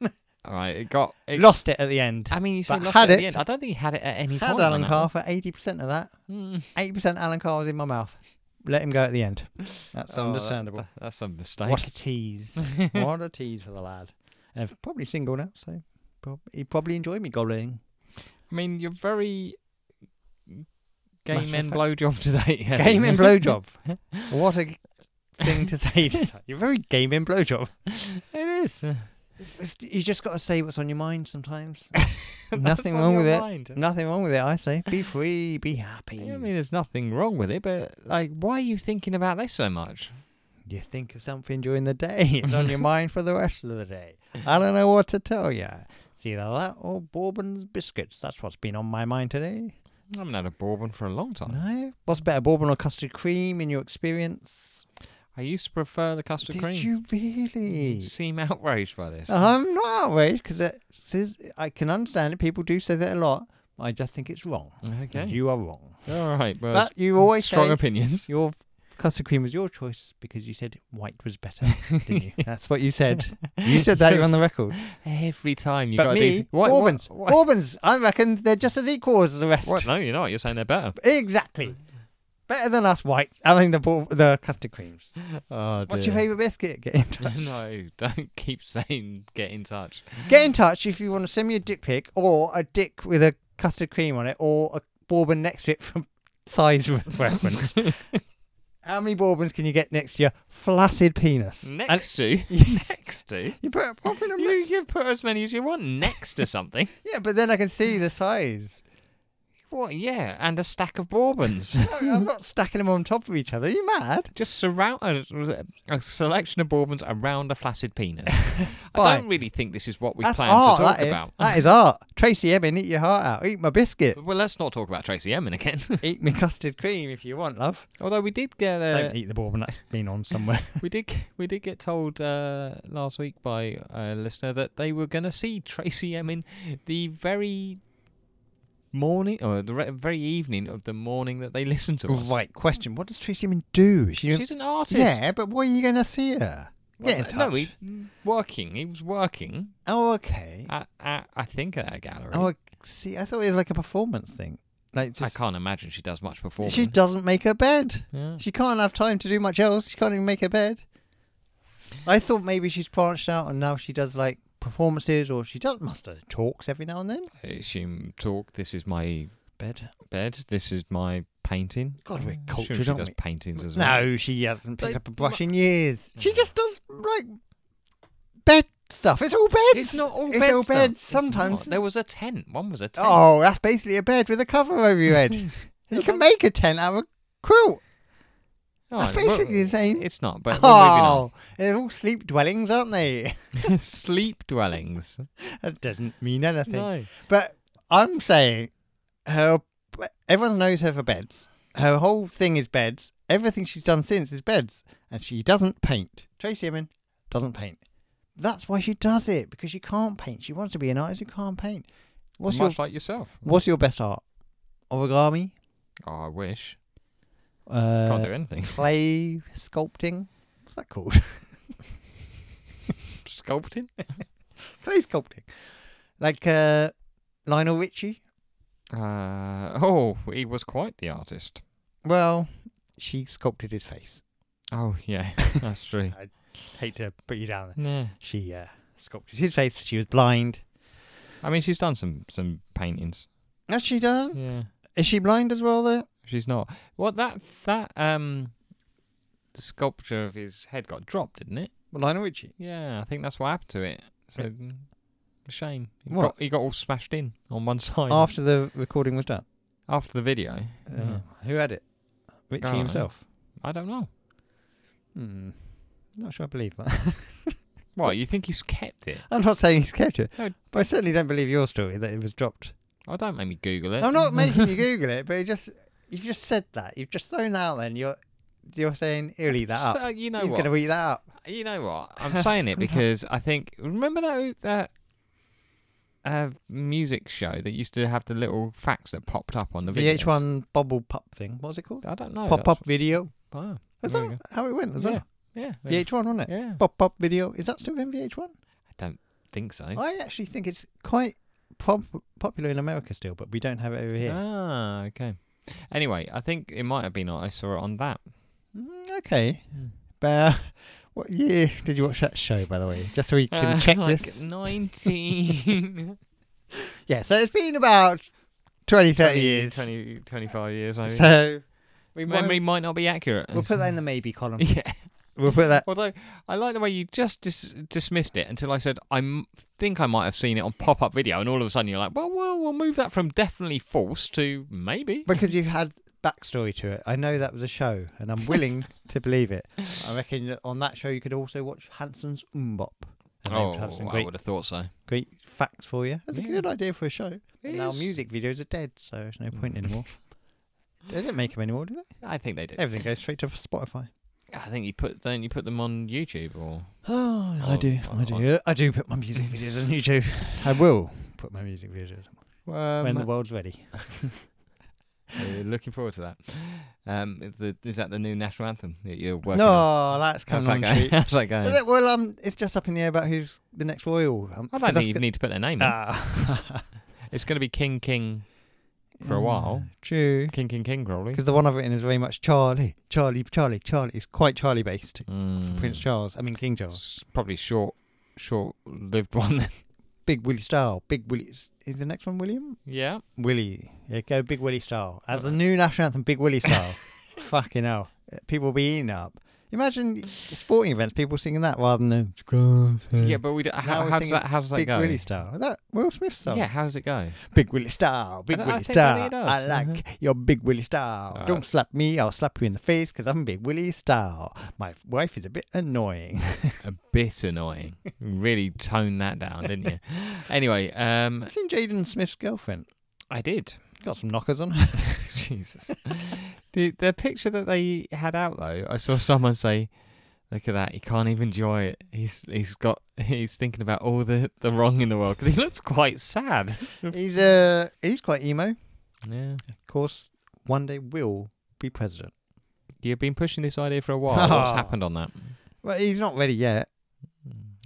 Speaker 2: All right, it got it,
Speaker 1: Lost it at the end.
Speaker 2: I mean, you said
Speaker 1: but
Speaker 2: lost
Speaker 1: had
Speaker 2: it
Speaker 1: it.
Speaker 2: at the end. I don't think he had it at any
Speaker 1: Had
Speaker 2: point.
Speaker 1: Alan
Speaker 2: on
Speaker 1: Carr for 80% of that.
Speaker 2: that. Mm.
Speaker 1: 80% Alan Carr was in my mouth. Let him go at the end. That's
Speaker 2: Oh, that-
Speaker 1: understandable.
Speaker 2: that- that's a mistake.
Speaker 1: what a tease. (laughs) what a tease for the lad. And if- probably single now, so prob- he probably enjoyed me (laughs) gobbling.
Speaker 2: I mean, you're very gay
Speaker 1: Matter of
Speaker 2: men
Speaker 1: fact-
Speaker 2: blowjob today.
Speaker 1: (laughs)
Speaker 2: Ellie.
Speaker 1: Game
Speaker 2: (laughs)
Speaker 1: in (laughs) blowjob. What a thing to say. (laughs) to someone. You're very game in blowjob.
Speaker 2: It is. (laughs)
Speaker 1: It's- You just got to say what's on your mind sometimes. Nothing wrong with it.
Speaker 2: it.
Speaker 1: Nothing wrong with it, I say.
Speaker 2: (laughs)
Speaker 1: Be free, be happy.
Speaker 2: I mean, there's nothing wrong with it, but like, why are you thinking about this so much?
Speaker 1: you think of something during the day, it's on
Speaker 2: (laughs)
Speaker 1: your mind for the rest of the day. I don't know what to tell you. It's either that or Bourbon's biscuits. That's what's been on my mind today.
Speaker 2: I haven't had a bourbon for a long time.
Speaker 1: No? What's better, Bourbon or custard cream in your experience?
Speaker 2: I used to prefer the custard
Speaker 1: Did
Speaker 2: cream.
Speaker 1: you Uh-huh. really?
Speaker 2: seem outraged by this?
Speaker 1: I'm not outraged because it says I can understand it. People do say that a lot. I just think it's wrong.
Speaker 2: Okay.
Speaker 1: And you are wrong.
Speaker 2: All right. Well,
Speaker 1: But you always
Speaker 2: strong
Speaker 1: say
Speaker 2: opinions.
Speaker 1: your custard cream was your choice because you said white was better, didn't
Speaker 2: (laughs)
Speaker 1: you? That's what you said. You said that you're on the record.
Speaker 2: Every time you
Speaker 1: but
Speaker 2: got
Speaker 1: me,
Speaker 2: these. What, what-
Speaker 1: Bourbons,
Speaker 2: What,
Speaker 1: Bourbons, I reckon they're just as equal as the rest.
Speaker 2: what? No, you're not. You're saying they're better.
Speaker 1: Exactly. Better than us white. I mean the bour- the custard creams.
Speaker 2: Oh, dear.
Speaker 1: What's your favourite biscuit? Get in touch.
Speaker 2: (laughs) no, don't keep saying get in touch.
Speaker 1: Get in touch if you want to send me a dick pic or a dick with a
Speaker 2: (laughs)
Speaker 1: custard cream on it or a bourbon next to it for size reference. How many bourbons can you get next to your flaccid penis? And- (laughs)
Speaker 2: Next to, next to,
Speaker 1: you put a pop in a
Speaker 2: you can put as many as you want next
Speaker 1: (laughs)
Speaker 2: to something.
Speaker 1: Yeah, but then I can see the
Speaker 2: (laughs)
Speaker 1: size.
Speaker 2: What? Yeah, and a stack of bourbons.
Speaker 1: No, I'm not stacking them on top of each other. Are you mad?
Speaker 2: Just surround a, a selection of bourbons around a flaccid (laughs) penis. I
Speaker 1: Right.
Speaker 2: don't really think this is what we
Speaker 1: That's
Speaker 2: planned
Speaker 1: art.
Speaker 2: to talk
Speaker 1: that is.
Speaker 2: about.
Speaker 1: (laughs) That is art. Tracy Emin, eat your heart out. Eat my
Speaker 2: (laughs)
Speaker 1: biscuit.
Speaker 2: Well, let's not talk about Tracy Emin again.
Speaker 1: eat me custard cream if you want, love.
Speaker 2: (laughs) Although we did get uh,
Speaker 1: Don't eat the bourbon. That's been
Speaker 2: (laughs)
Speaker 1: on somewhere.
Speaker 2: we did g- we did get told uh, last week by a listener that they were going to see Tracy Emin the very morning or the re- very evening of the morning that they listened to us.
Speaker 1: right. Question: What does Tracy Emin do? Is She
Speaker 2: She's an artist.
Speaker 1: yeah, but why are you going to see her?
Speaker 2: Well,
Speaker 1: Get in touch.
Speaker 2: No, he working. He was working
Speaker 1: Oh, okay.
Speaker 2: at, at I think at a gallery.
Speaker 1: Oh, I see. I thought it was like a performance thing. Like just
Speaker 2: I can't imagine she does much performing.
Speaker 1: she doesn't make her bed.
Speaker 2: Yeah.
Speaker 1: She can't have time to do much else. She can't even make her bed. I thought maybe she's branched out and now she does like performances or she does must have talks every now and then.
Speaker 2: I assume talk. This is my
Speaker 1: Bed.
Speaker 2: bed. This is my painting.
Speaker 1: God, we're
Speaker 2: I assume
Speaker 1: cultured,
Speaker 2: She
Speaker 1: aren't
Speaker 2: does
Speaker 1: we?
Speaker 2: paintings as well.
Speaker 1: No, she hasn't picked
Speaker 2: They
Speaker 1: up a brush in years. She just does like bed stuff. It's all beds.
Speaker 2: It's not all
Speaker 1: It's
Speaker 2: bed
Speaker 1: all
Speaker 2: stuff.
Speaker 1: beds.
Speaker 2: It's
Speaker 1: Sometimes-
Speaker 2: not. there was a tent. One was a tent.
Speaker 1: Oh, that's basically a bed with a cover over your
Speaker 2: (laughs)
Speaker 1: head. you can make a tent out of a quilt.
Speaker 2: Oh,
Speaker 1: that's
Speaker 2: well,
Speaker 1: basically the same.
Speaker 2: It's not. But
Speaker 1: oh, they're all sleep dwellings, aren't they? (laughs)
Speaker 2: we're moving on. (laughs) sleep dwellings.
Speaker 1: that doesn't mean anything.
Speaker 2: No.
Speaker 1: But I'm saying her. Everyone knows her for beds. Her whole thing is beds. Everything she's done since is beds, and she doesn't paint. Tracy Emin doesn't paint. That's why she does it because she can't paint. She wants to be an artist who can't paint. What's
Speaker 2: Much
Speaker 1: your
Speaker 2: like yourself.
Speaker 1: What's your best art? Origami,
Speaker 2: Oh, I wish. Can't
Speaker 1: uh,
Speaker 2: do anything. (laughs)
Speaker 1: clay sculpting. What's that called? (laughs)
Speaker 2: Sculpting.
Speaker 1: clay sculpting, like uh, Lionel Richie.
Speaker 2: Uh, oh, he was quite the artist.
Speaker 1: Well, she sculpted his face.
Speaker 2: Oh yeah, (laughs) that's true.
Speaker 1: (laughs) Hate to put you down.
Speaker 2: Yeah.
Speaker 1: she uh, sculpted his face. She was blind.
Speaker 2: I mean, she's done some some paintings.
Speaker 1: Has she done?
Speaker 2: Yeah,
Speaker 1: Is she blind as well? Though
Speaker 2: she's not. Well, that that um sculpture of his head got dropped, didn't it?
Speaker 1: Lionel Richie.
Speaker 2: Yeah, I think that's what happened to it. So
Speaker 1: It-
Speaker 2: mm, shame. He
Speaker 1: What?
Speaker 2: got he got all smashed in on one (laughs) side
Speaker 1: After the recording was done,
Speaker 2: after the video.
Speaker 1: Uh,
Speaker 2: Yeah.
Speaker 1: who had it? Richie
Speaker 2: Oh.
Speaker 1: himself.
Speaker 2: I don't know.
Speaker 1: Hmm. Not sure I believe that. (laughs)
Speaker 2: What you think he's kept it?
Speaker 1: I'm not saying he's kept it,
Speaker 2: No.
Speaker 1: but I certainly don't believe your story that it was dropped.
Speaker 2: I Oh, don't make me Google it.
Speaker 1: I'm not
Speaker 2: (laughs)
Speaker 1: making you Google it, but it just you've just said that. You've just thrown that out. Then you're you're saying he'll eat that up.
Speaker 2: So, you know
Speaker 1: He's
Speaker 2: what?
Speaker 1: going to eat that up.
Speaker 2: You know what? I'm
Speaker 1: (laughs)
Speaker 2: saying it because I think remember that that uh, music show that used to have the little facts that popped up on the videos?
Speaker 1: VH1 bubble pop thing. What was it called?
Speaker 2: I don't know.
Speaker 1: pop
Speaker 2: that's-
Speaker 1: up video.
Speaker 2: Wow.
Speaker 1: Is
Speaker 2: There we
Speaker 1: that how it went as
Speaker 2: Yeah,
Speaker 1: well?
Speaker 2: Yeah. there you
Speaker 1: VH1, wasn't
Speaker 2: go.
Speaker 1: it?
Speaker 2: Yeah.
Speaker 1: Pop up video. Is that still in VH1?
Speaker 2: I don't think so.
Speaker 1: I actually think it's quite pop- popular in America still, but we don't have it over here.
Speaker 2: Ah, okay. Anyway, I think it might have been I saw it on that.
Speaker 1: Mm, okay.
Speaker 2: hmm.
Speaker 1: But uh, what year did you watch that show, by the way? Just so we can
Speaker 2: (laughs) Uh,
Speaker 1: check
Speaker 2: like
Speaker 1: this. (laughs)
Speaker 2: Nineteen. (laughs)
Speaker 1: Yeah, so it's been about 20, 30
Speaker 2: 20,
Speaker 1: years.
Speaker 2: 20, 25 years maybe.
Speaker 1: So we might,
Speaker 2: Memory might not be accurate.
Speaker 1: we'll put that in the maybe column.
Speaker 2: (laughs) Yeah.
Speaker 1: We'll put
Speaker 2: (laughs)
Speaker 1: that.
Speaker 2: Although I like the way you just dis- dismissed it until I said I m- think I might have seen it on pop-up video, and all of a sudden you're like, well, well, we'll move that from definitely false to maybe.
Speaker 1: Because you had backstory to it. I know that was a show, and I'm
Speaker 2: (laughs)
Speaker 1: willing to believe it. I reckon that on that show you could also watch Hanson's Umbop. And they would have some
Speaker 2: Oh, I
Speaker 1: great
Speaker 2: would have thought so.
Speaker 1: great facts for you. That's
Speaker 2: Yeah.
Speaker 1: a good idea for a show.
Speaker 2: It
Speaker 1: But now
Speaker 2: is.
Speaker 1: music videos are dead, so there's no point
Speaker 2: Mm. (laughs)
Speaker 1: anymore. they don't make them anymore, do they?
Speaker 2: I think they do.
Speaker 1: Everything goes straight to Spotify.
Speaker 2: (sighs) I think you put then you put them on YouTube or
Speaker 1: Oh,
Speaker 2: Oh,
Speaker 1: I do,
Speaker 2: I-
Speaker 1: I do, I do put my music videos on
Speaker 2: (laughs)
Speaker 1: YouTube. I will put my music videos (laughs)
Speaker 2: um,
Speaker 1: when the world's ready.
Speaker 2: uh, looking forward to that. Um, the, is that the new national anthem that you're working
Speaker 1: No,
Speaker 2: on?
Speaker 1: that's
Speaker 2: How's
Speaker 1: coming
Speaker 2: that
Speaker 1: on
Speaker 2: going?
Speaker 1: cheap.
Speaker 2: (laughs) How's that going?
Speaker 1: Is it- Well, um, it's just up in the air about who's the next royal. Um,
Speaker 2: I
Speaker 1: 'cause
Speaker 2: don't
Speaker 1: that's
Speaker 2: think you
Speaker 1: go-
Speaker 2: need to put their name. on.
Speaker 1: Ah.
Speaker 2: It's going to be King King (laughs) for a while.
Speaker 1: (laughs) True.
Speaker 2: King King King probably.
Speaker 1: Because the one I've written is very much Charlie, Charlie, Charlie, Charlie. It's quite Charlie based.
Speaker 2: Mm.
Speaker 1: Prince Charles. I mean King Charles.
Speaker 2: It's probably short, short-lived one. Then. (laughs)
Speaker 1: Big Willie style. Big Willie. Is, is the next one William?
Speaker 2: yeah.
Speaker 1: (laughs) Willie. Yeah, go Big Willie style. As the new national anthem, Big Willie style. Fucking hell. people being up. Imagine sporting events, people singing that rather than the grass.
Speaker 2: Yeah, but we do, how,
Speaker 1: we're
Speaker 2: how does
Speaker 1: singing
Speaker 2: that how does that
Speaker 1: Big
Speaker 2: go?
Speaker 1: Willie style. That Will Smith song.
Speaker 2: Yeah, how does
Speaker 1: (laughs)
Speaker 2: it go?
Speaker 1: Big Willie style. Big
Speaker 2: I
Speaker 1: Willie
Speaker 2: think I
Speaker 1: style.
Speaker 2: think it
Speaker 1: I
Speaker 2: does.
Speaker 1: like your Big Willie style.
Speaker 2: Uh,
Speaker 1: Don't slap me, I'll slap you in the face because I'm Big Willie style. My wife is a bit (laughs) annoying.
Speaker 2: A bit annoying. really toned that down,
Speaker 1: (laughs)
Speaker 2: didn't you? Anyway, um,
Speaker 1: I've seen Jaden Smith's girlfriend.
Speaker 2: I did.
Speaker 1: Got some knockers on (laughs) her.
Speaker 2: (laughs) Jesus. the the picture that they had out though, I saw someone say, "Look at that! He can't even enjoy it. He's he's got (laughs) he's thinking about all the the wrong in the world because he looks quite sad."
Speaker 1: he's uh he's quite emo. Of
Speaker 2: Yeah,
Speaker 1: course, one day will be president.
Speaker 2: you've been pushing this idea for a while. (laughs) What's
Speaker 1: Oh.
Speaker 2: happened on that?
Speaker 1: Well, he's not ready yet.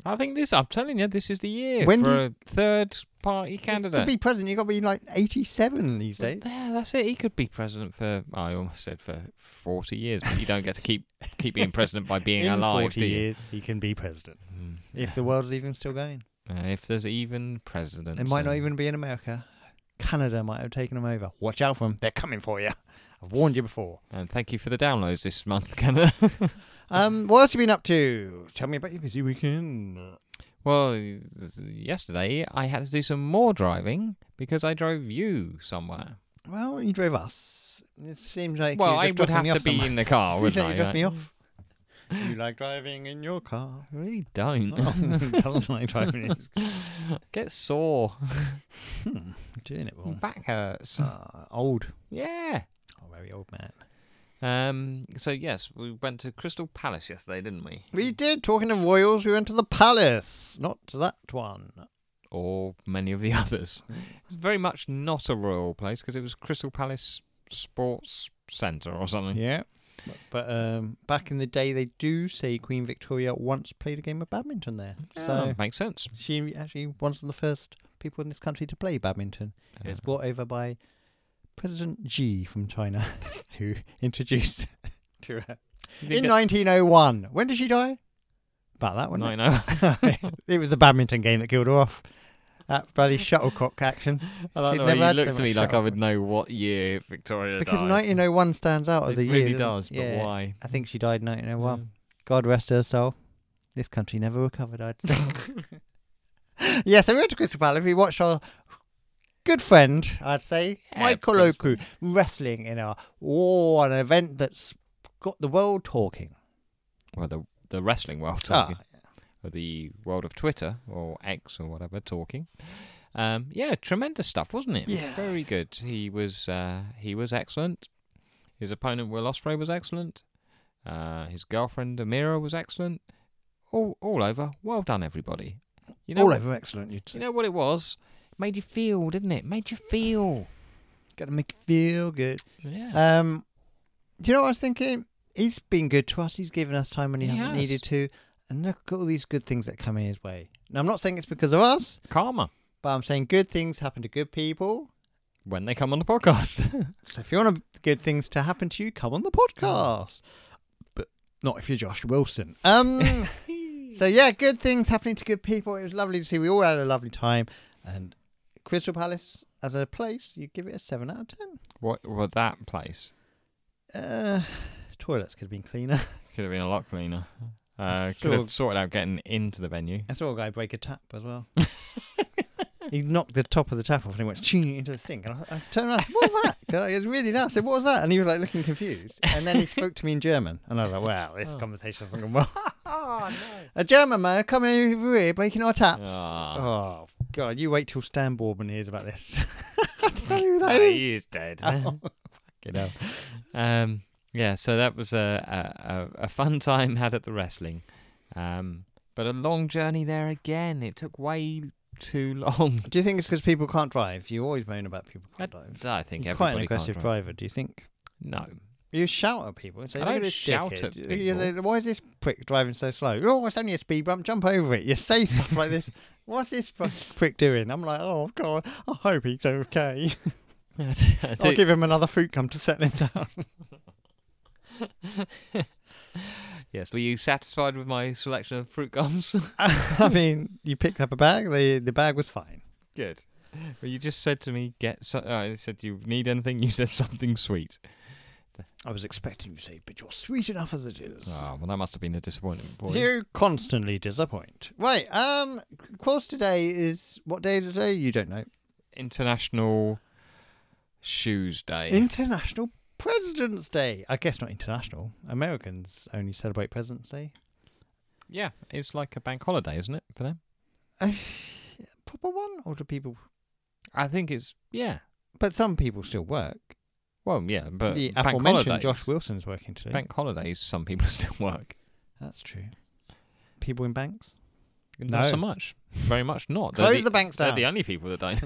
Speaker 2: I think this. I'm telling you, this is the year
Speaker 1: When
Speaker 2: for
Speaker 1: do
Speaker 2: a third party candidate.
Speaker 1: To be president, you've got to be like 87 these days.
Speaker 2: yeah, that's it. He could be president for I almost said for forty years, but you don't get to keep keep being president by being
Speaker 1: In
Speaker 2: alive,
Speaker 1: 40
Speaker 2: do you?
Speaker 1: years, he can be president.
Speaker 2: Mm.
Speaker 1: If the world's even still
Speaker 2: (laughs)
Speaker 1: going.
Speaker 2: Uh, if there's even presidents,
Speaker 1: It might not
Speaker 2: uh,
Speaker 1: even be in America. Canada might have taken them over. Watch out for them. They're coming for you. (laughs) I've warned you before.
Speaker 2: And thank you for the downloads this month, (laughs) Canada.
Speaker 1: Um, what else have you been up to? Tell me about your busy weekend.
Speaker 2: well, yesterday I had to do some more driving because I drove you somewhere.
Speaker 1: Well, you drove us. It seems like
Speaker 2: well,
Speaker 1: you're
Speaker 2: I
Speaker 1: just
Speaker 2: would
Speaker 1: dropping
Speaker 2: have
Speaker 1: me
Speaker 2: to
Speaker 1: off (laughs)
Speaker 2: be
Speaker 1: somewhere.
Speaker 2: in the car,
Speaker 1: Seems
Speaker 2: wouldn't
Speaker 1: like
Speaker 2: I?
Speaker 1: you dropped me
Speaker 2: right?
Speaker 1: off.
Speaker 2: (laughs)
Speaker 1: you like driving in your car.
Speaker 2: I really don't.
Speaker 1: Oh, (laughs) doesn't like driving in his
Speaker 2: Get sore.
Speaker 1: Hmm, doing it wrong. (laughs)
Speaker 2: Back hurts.
Speaker 1: Uh, old.
Speaker 2: Yeah.
Speaker 1: Oh, very old man.
Speaker 2: Um. So yes, we went to Crystal Palace yesterday, didn't we?
Speaker 1: We did. Talking of royals, we went to the palace. Not that one.
Speaker 2: or many of the (laughs) others. It's very much not a royal place because it was Crystal Palace Sports Centre or something.
Speaker 1: Yeah. But, but um, back in the day, they do say Queen Victoria once played a game of badminton there.
Speaker 2: So
Speaker 1: So
Speaker 2: Ah, makes sense.
Speaker 1: she actually one of the first people in this country to play badminton. It was
Speaker 2: Uh,
Speaker 1: brought over by President G from China, (laughs) who introduced (laughs) to her
Speaker 2: you
Speaker 1: in
Speaker 2: get-
Speaker 1: 1901. When did she die? About that one.
Speaker 2: No, no.
Speaker 1: (laughs) it was the badminton game that killed her off. That bloody shuttlecock
Speaker 2: (laughs)
Speaker 1: action.
Speaker 2: (laughs) I like
Speaker 1: She'd
Speaker 2: the
Speaker 1: never
Speaker 2: way
Speaker 1: had so
Speaker 2: you look at
Speaker 1: much
Speaker 2: me like I
Speaker 1: trouble.
Speaker 2: would know what year Victoria
Speaker 1: Because
Speaker 2: died.
Speaker 1: 1901 stands out as
Speaker 2: it
Speaker 1: a year.
Speaker 2: really
Speaker 1: doesn't it?
Speaker 2: does, but
Speaker 1: Yeah. Oh,
Speaker 2: why? Hmm. Mm.
Speaker 1: I think she died in 1901. God rest her soul. This country never recovered, I'd say. (laughs) yeah, so we went to Crystal Palace. We watched our good friend, I'd say,
Speaker 2: Yeah,
Speaker 1: Michael
Speaker 2: Prince-
Speaker 1: Oku, wrestling in a war, an event that's got the world talking.
Speaker 2: Well, the the wrestling world
Speaker 1: Ah.
Speaker 2: talking, or the world of Twitter or X or whatever talking. Um, yeah, tremendous stuff, wasn't it?
Speaker 1: Yeah.
Speaker 2: very good. He was uh, he was excellent. His opponent Will Osprey was excellent. Uh, his girlfriend Amira was excellent. All all over. Well done, everybody. You know
Speaker 1: All
Speaker 2: what-
Speaker 1: over excellent, you'd
Speaker 2: You
Speaker 1: say.
Speaker 2: know what it was? made you feel, didn't it? Made you feel. Uh,
Speaker 1: Gotta make you feel good.
Speaker 2: Yeah.
Speaker 1: Um, do you know what I was thinking? He's been good to us. He's given us time when he,
Speaker 2: He
Speaker 1: hasn't
Speaker 2: has.
Speaker 1: needed to. And look at all these good things that come in his way. Now, I'm not saying it's because of us,
Speaker 2: Karma
Speaker 1: but I'm saying good things happen to good people.
Speaker 2: when they come on the podcast. (laughs)
Speaker 1: So if you want a- good things to happen to you, come on the podcast. But not if you're Josh Wilson. (laughs) Um. so yeah, good things happening to good people. It was lovely to see. We all had a lovely time. And Crystal Palace as a place, you give it a seven out of ten.
Speaker 2: what was that place?
Speaker 1: Uh, toilets could have been cleaner.
Speaker 2: Could have been a lot cleaner. Uh, could
Speaker 1: Sort
Speaker 2: have
Speaker 1: of-
Speaker 2: sorted out getting into the venue.
Speaker 1: I saw a guy break a tap as
Speaker 2: (laughs)
Speaker 1: well. he knocked the top of the tap off and he went ching into the sink. And I, I turned around and said, What was that? 'Cause I- It was really loud. I said, What was that? And he was like looking confused. And then he spoke to me in German. And I was like, Wow, this
Speaker 2: Oh.
Speaker 1: conversation isn't going well. (laughs) Ah,
Speaker 2: Oh,
Speaker 1: A German man coming over here breaking our taps.
Speaker 2: Ah.
Speaker 1: Oh, God, you wait till Stan Borman hears about this. (laughs)
Speaker 2: (laughs)
Speaker 1: I tell you who that is.
Speaker 2: is dead. (laughs)
Speaker 1: Oh, (laughs) fucking hell.
Speaker 2: um, yeah, so that was a, a, a, a fun (laughs) time had at the wrestling. Um, but a long journey there again. It took way too long.
Speaker 1: Do you think it's because people can't drive? You always moan about people
Speaker 2: I,
Speaker 1: can't drive.
Speaker 2: I think
Speaker 1: You're
Speaker 2: everybody
Speaker 1: quite an
Speaker 2: can't
Speaker 1: aggressive
Speaker 2: drive.
Speaker 1: driver, do you think?
Speaker 2: No. (laughs)
Speaker 1: You shout at people and say,
Speaker 2: I
Speaker 1: Look
Speaker 2: don't
Speaker 1: at this
Speaker 2: shout
Speaker 1: dickhead.
Speaker 2: at
Speaker 1: Look your
Speaker 2: people.
Speaker 1: little- Why is this prick driving so slow? Oh, it's only a speed bump. Jump over it. You say stuff like (laughs) this. What's this fuck- prick doing? I'm like, oh, God, I hope he's (laughs) okay.
Speaker 2: I
Speaker 1: I'll
Speaker 2: do-
Speaker 1: give him another fruit gum to settle him (laughs) down.
Speaker 2: yes, were you satisfied with my selection of fruit gums? (laughs)
Speaker 1: I mean, you picked up a bag. The, the bag was fine.
Speaker 2: Good. Well, you just said to me, get. So- uh, I said, "Do you need anything? You said something sweet.
Speaker 1: I was expecting you to say, but you're sweet enough as it is.
Speaker 2: Oh, well, that must have been a disappointment for you.
Speaker 1: Ah, You constantly disappoint. Right, um, course today is what day today? You don't know.
Speaker 2: International Shoes Day.
Speaker 1: International President's Day. I guess not international. Americans only celebrate President's Day.
Speaker 2: yeah, it's like a bank holiday, isn't it, for them?
Speaker 1: Uh, Proper one, or do people?
Speaker 2: I think it's, yeah.
Speaker 1: But some people still work.
Speaker 2: Well, yeah, but
Speaker 1: the
Speaker 2: bank
Speaker 1: aforementioned
Speaker 2: holidays,
Speaker 1: Josh Wilson's working today.
Speaker 2: Bank holidays, some people (laughs) still work.
Speaker 1: That's true. People in banks.
Speaker 2: Not
Speaker 1: No.
Speaker 2: so much. Very much not. They're
Speaker 1: Close the, banks
Speaker 2: They're
Speaker 1: down.
Speaker 2: the only people that don't.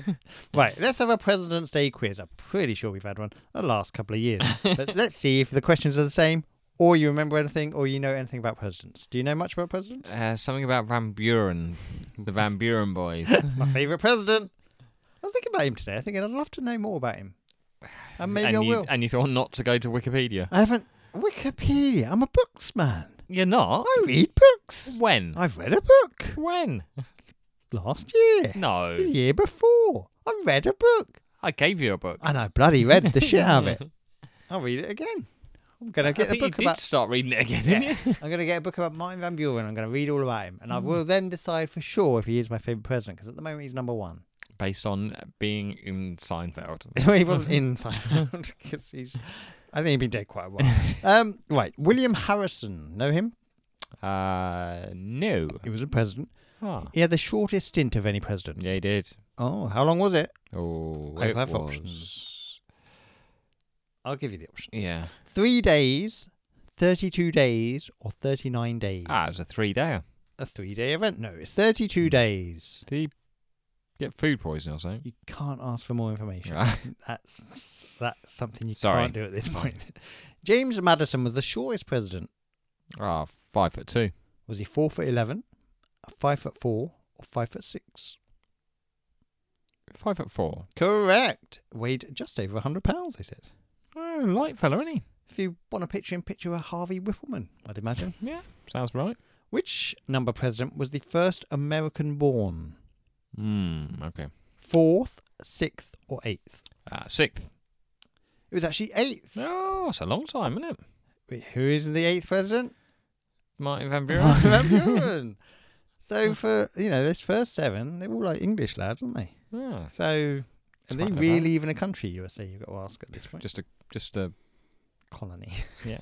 Speaker 1: Right, let's have a President's Day quiz. I'm pretty sure we've had one the last couple of years.
Speaker 2: (laughs)
Speaker 1: but let's see if the questions are the same, or you remember anything, or you know anything about presidents. Do you know much about presidents?
Speaker 2: Uh, something about Van Buren, the Van Buren boys.
Speaker 1: My favourite president. I was thinking about him today. I thinking I'd love to know more about him. And maybe
Speaker 2: and
Speaker 1: I
Speaker 2: you,
Speaker 1: will.
Speaker 2: And you thought not to go to Wikipedia.
Speaker 1: I haven't. Wikipedia. I'm a books man.
Speaker 2: You're not.
Speaker 1: I read books.
Speaker 2: When?
Speaker 1: I've read a book
Speaker 2: When?
Speaker 1: last year,
Speaker 2: No.
Speaker 1: the year before. I read a book.
Speaker 2: I gave you a book.
Speaker 1: And I bloody read the shit out of
Speaker 2: (laughs)
Speaker 1: it. I'll read it again. I'm going to
Speaker 2: I
Speaker 1: get a
Speaker 2: think
Speaker 1: book
Speaker 2: you did
Speaker 1: about
Speaker 2: start reading it again, didn't
Speaker 1: Yeah.
Speaker 2: you?
Speaker 1: I'm going to get a book about Martin Van Buren. I'm going to read all about him. And
Speaker 2: Hmm.
Speaker 1: I will then decide for sure if he is my favourite president, because at the moment he's number one.
Speaker 2: Based on being
Speaker 1: (laughs)
Speaker 2: in Seinfeld.
Speaker 1: he wasn't in
Speaker 2: (laughs)
Speaker 1: Seinfeld, (laughs) because he's. I think he'd been dead quite a while. um, right. William Harrison. Know him?
Speaker 2: Uh, no.
Speaker 1: He was a president.
Speaker 2: Ah.
Speaker 1: He had the shortest stint of any president.
Speaker 2: Yeah, he did.
Speaker 1: Oh, how long was it?
Speaker 2: Oh,
Speaker 1: I
Speaker 2: it
Speaker 1: have
Speaker 2: was.
Speaker 1: options. I'll give you the option.
Speaker 2: Yeah.
Speaker 1: Three days, 32 days, or 39 days.
Speaker 2: Ah, it Hmm. was a three-dayer.
Speaker 1: a three day event. No, it's 32 days.
Speaker 2: Did he get food poisoning or something?
Speaker 1: You can't ask for more information.
Speaker 2: Right.
Speaker 1: That's that's something you
Speaker 2: Sorry.
Speaker 1: can't do at this point. (laughs) James Madison was the shortest president.
Speaker 2: Ah, five foot two.
Speaker 1: Was he four foot eleven, five foot four, or five foot six?
Speaker 2: Five foot four.
Speaker 1: Correct. Weighed just over hundred pounds. They said.
Speaker 2: Oh, light fellow, isn't he?
Speaker 1: If you want a picture in picture of Harvey Whippleman, I'd imagine.
Speaker 2: Yeah. Sounds right.
Speaker 1: Which number president was the first American born?
Speaker 2: Hmm. Okay.
Speaker 1: Fourth, sixth, or eighth?
Speaker 2: Uh, sixth.
Speaker 1: It was actually eighth.
Speaker 2: Oh, it's a long time, isn't it?
Speaker 1: Wait, Who is the eighth president?
Speaker 2: Martin
Speaker 1: (laughs)
Speaker 2: Van
Speaker 1: Right,
Speaker 2: Buren.
Speaker 1: Van Buren. So for you know, this first seven, they're all like English lads, aren't they?
Speaker 2: Ah,
Speaker 1: So are they
Speaker 2: Something like
Speaker 1: really even a country, USA? You've got to ask at this point.
Speaker 2: just a just a
Speaker 1: colony. (laughs)
Speaker 2: Yeah.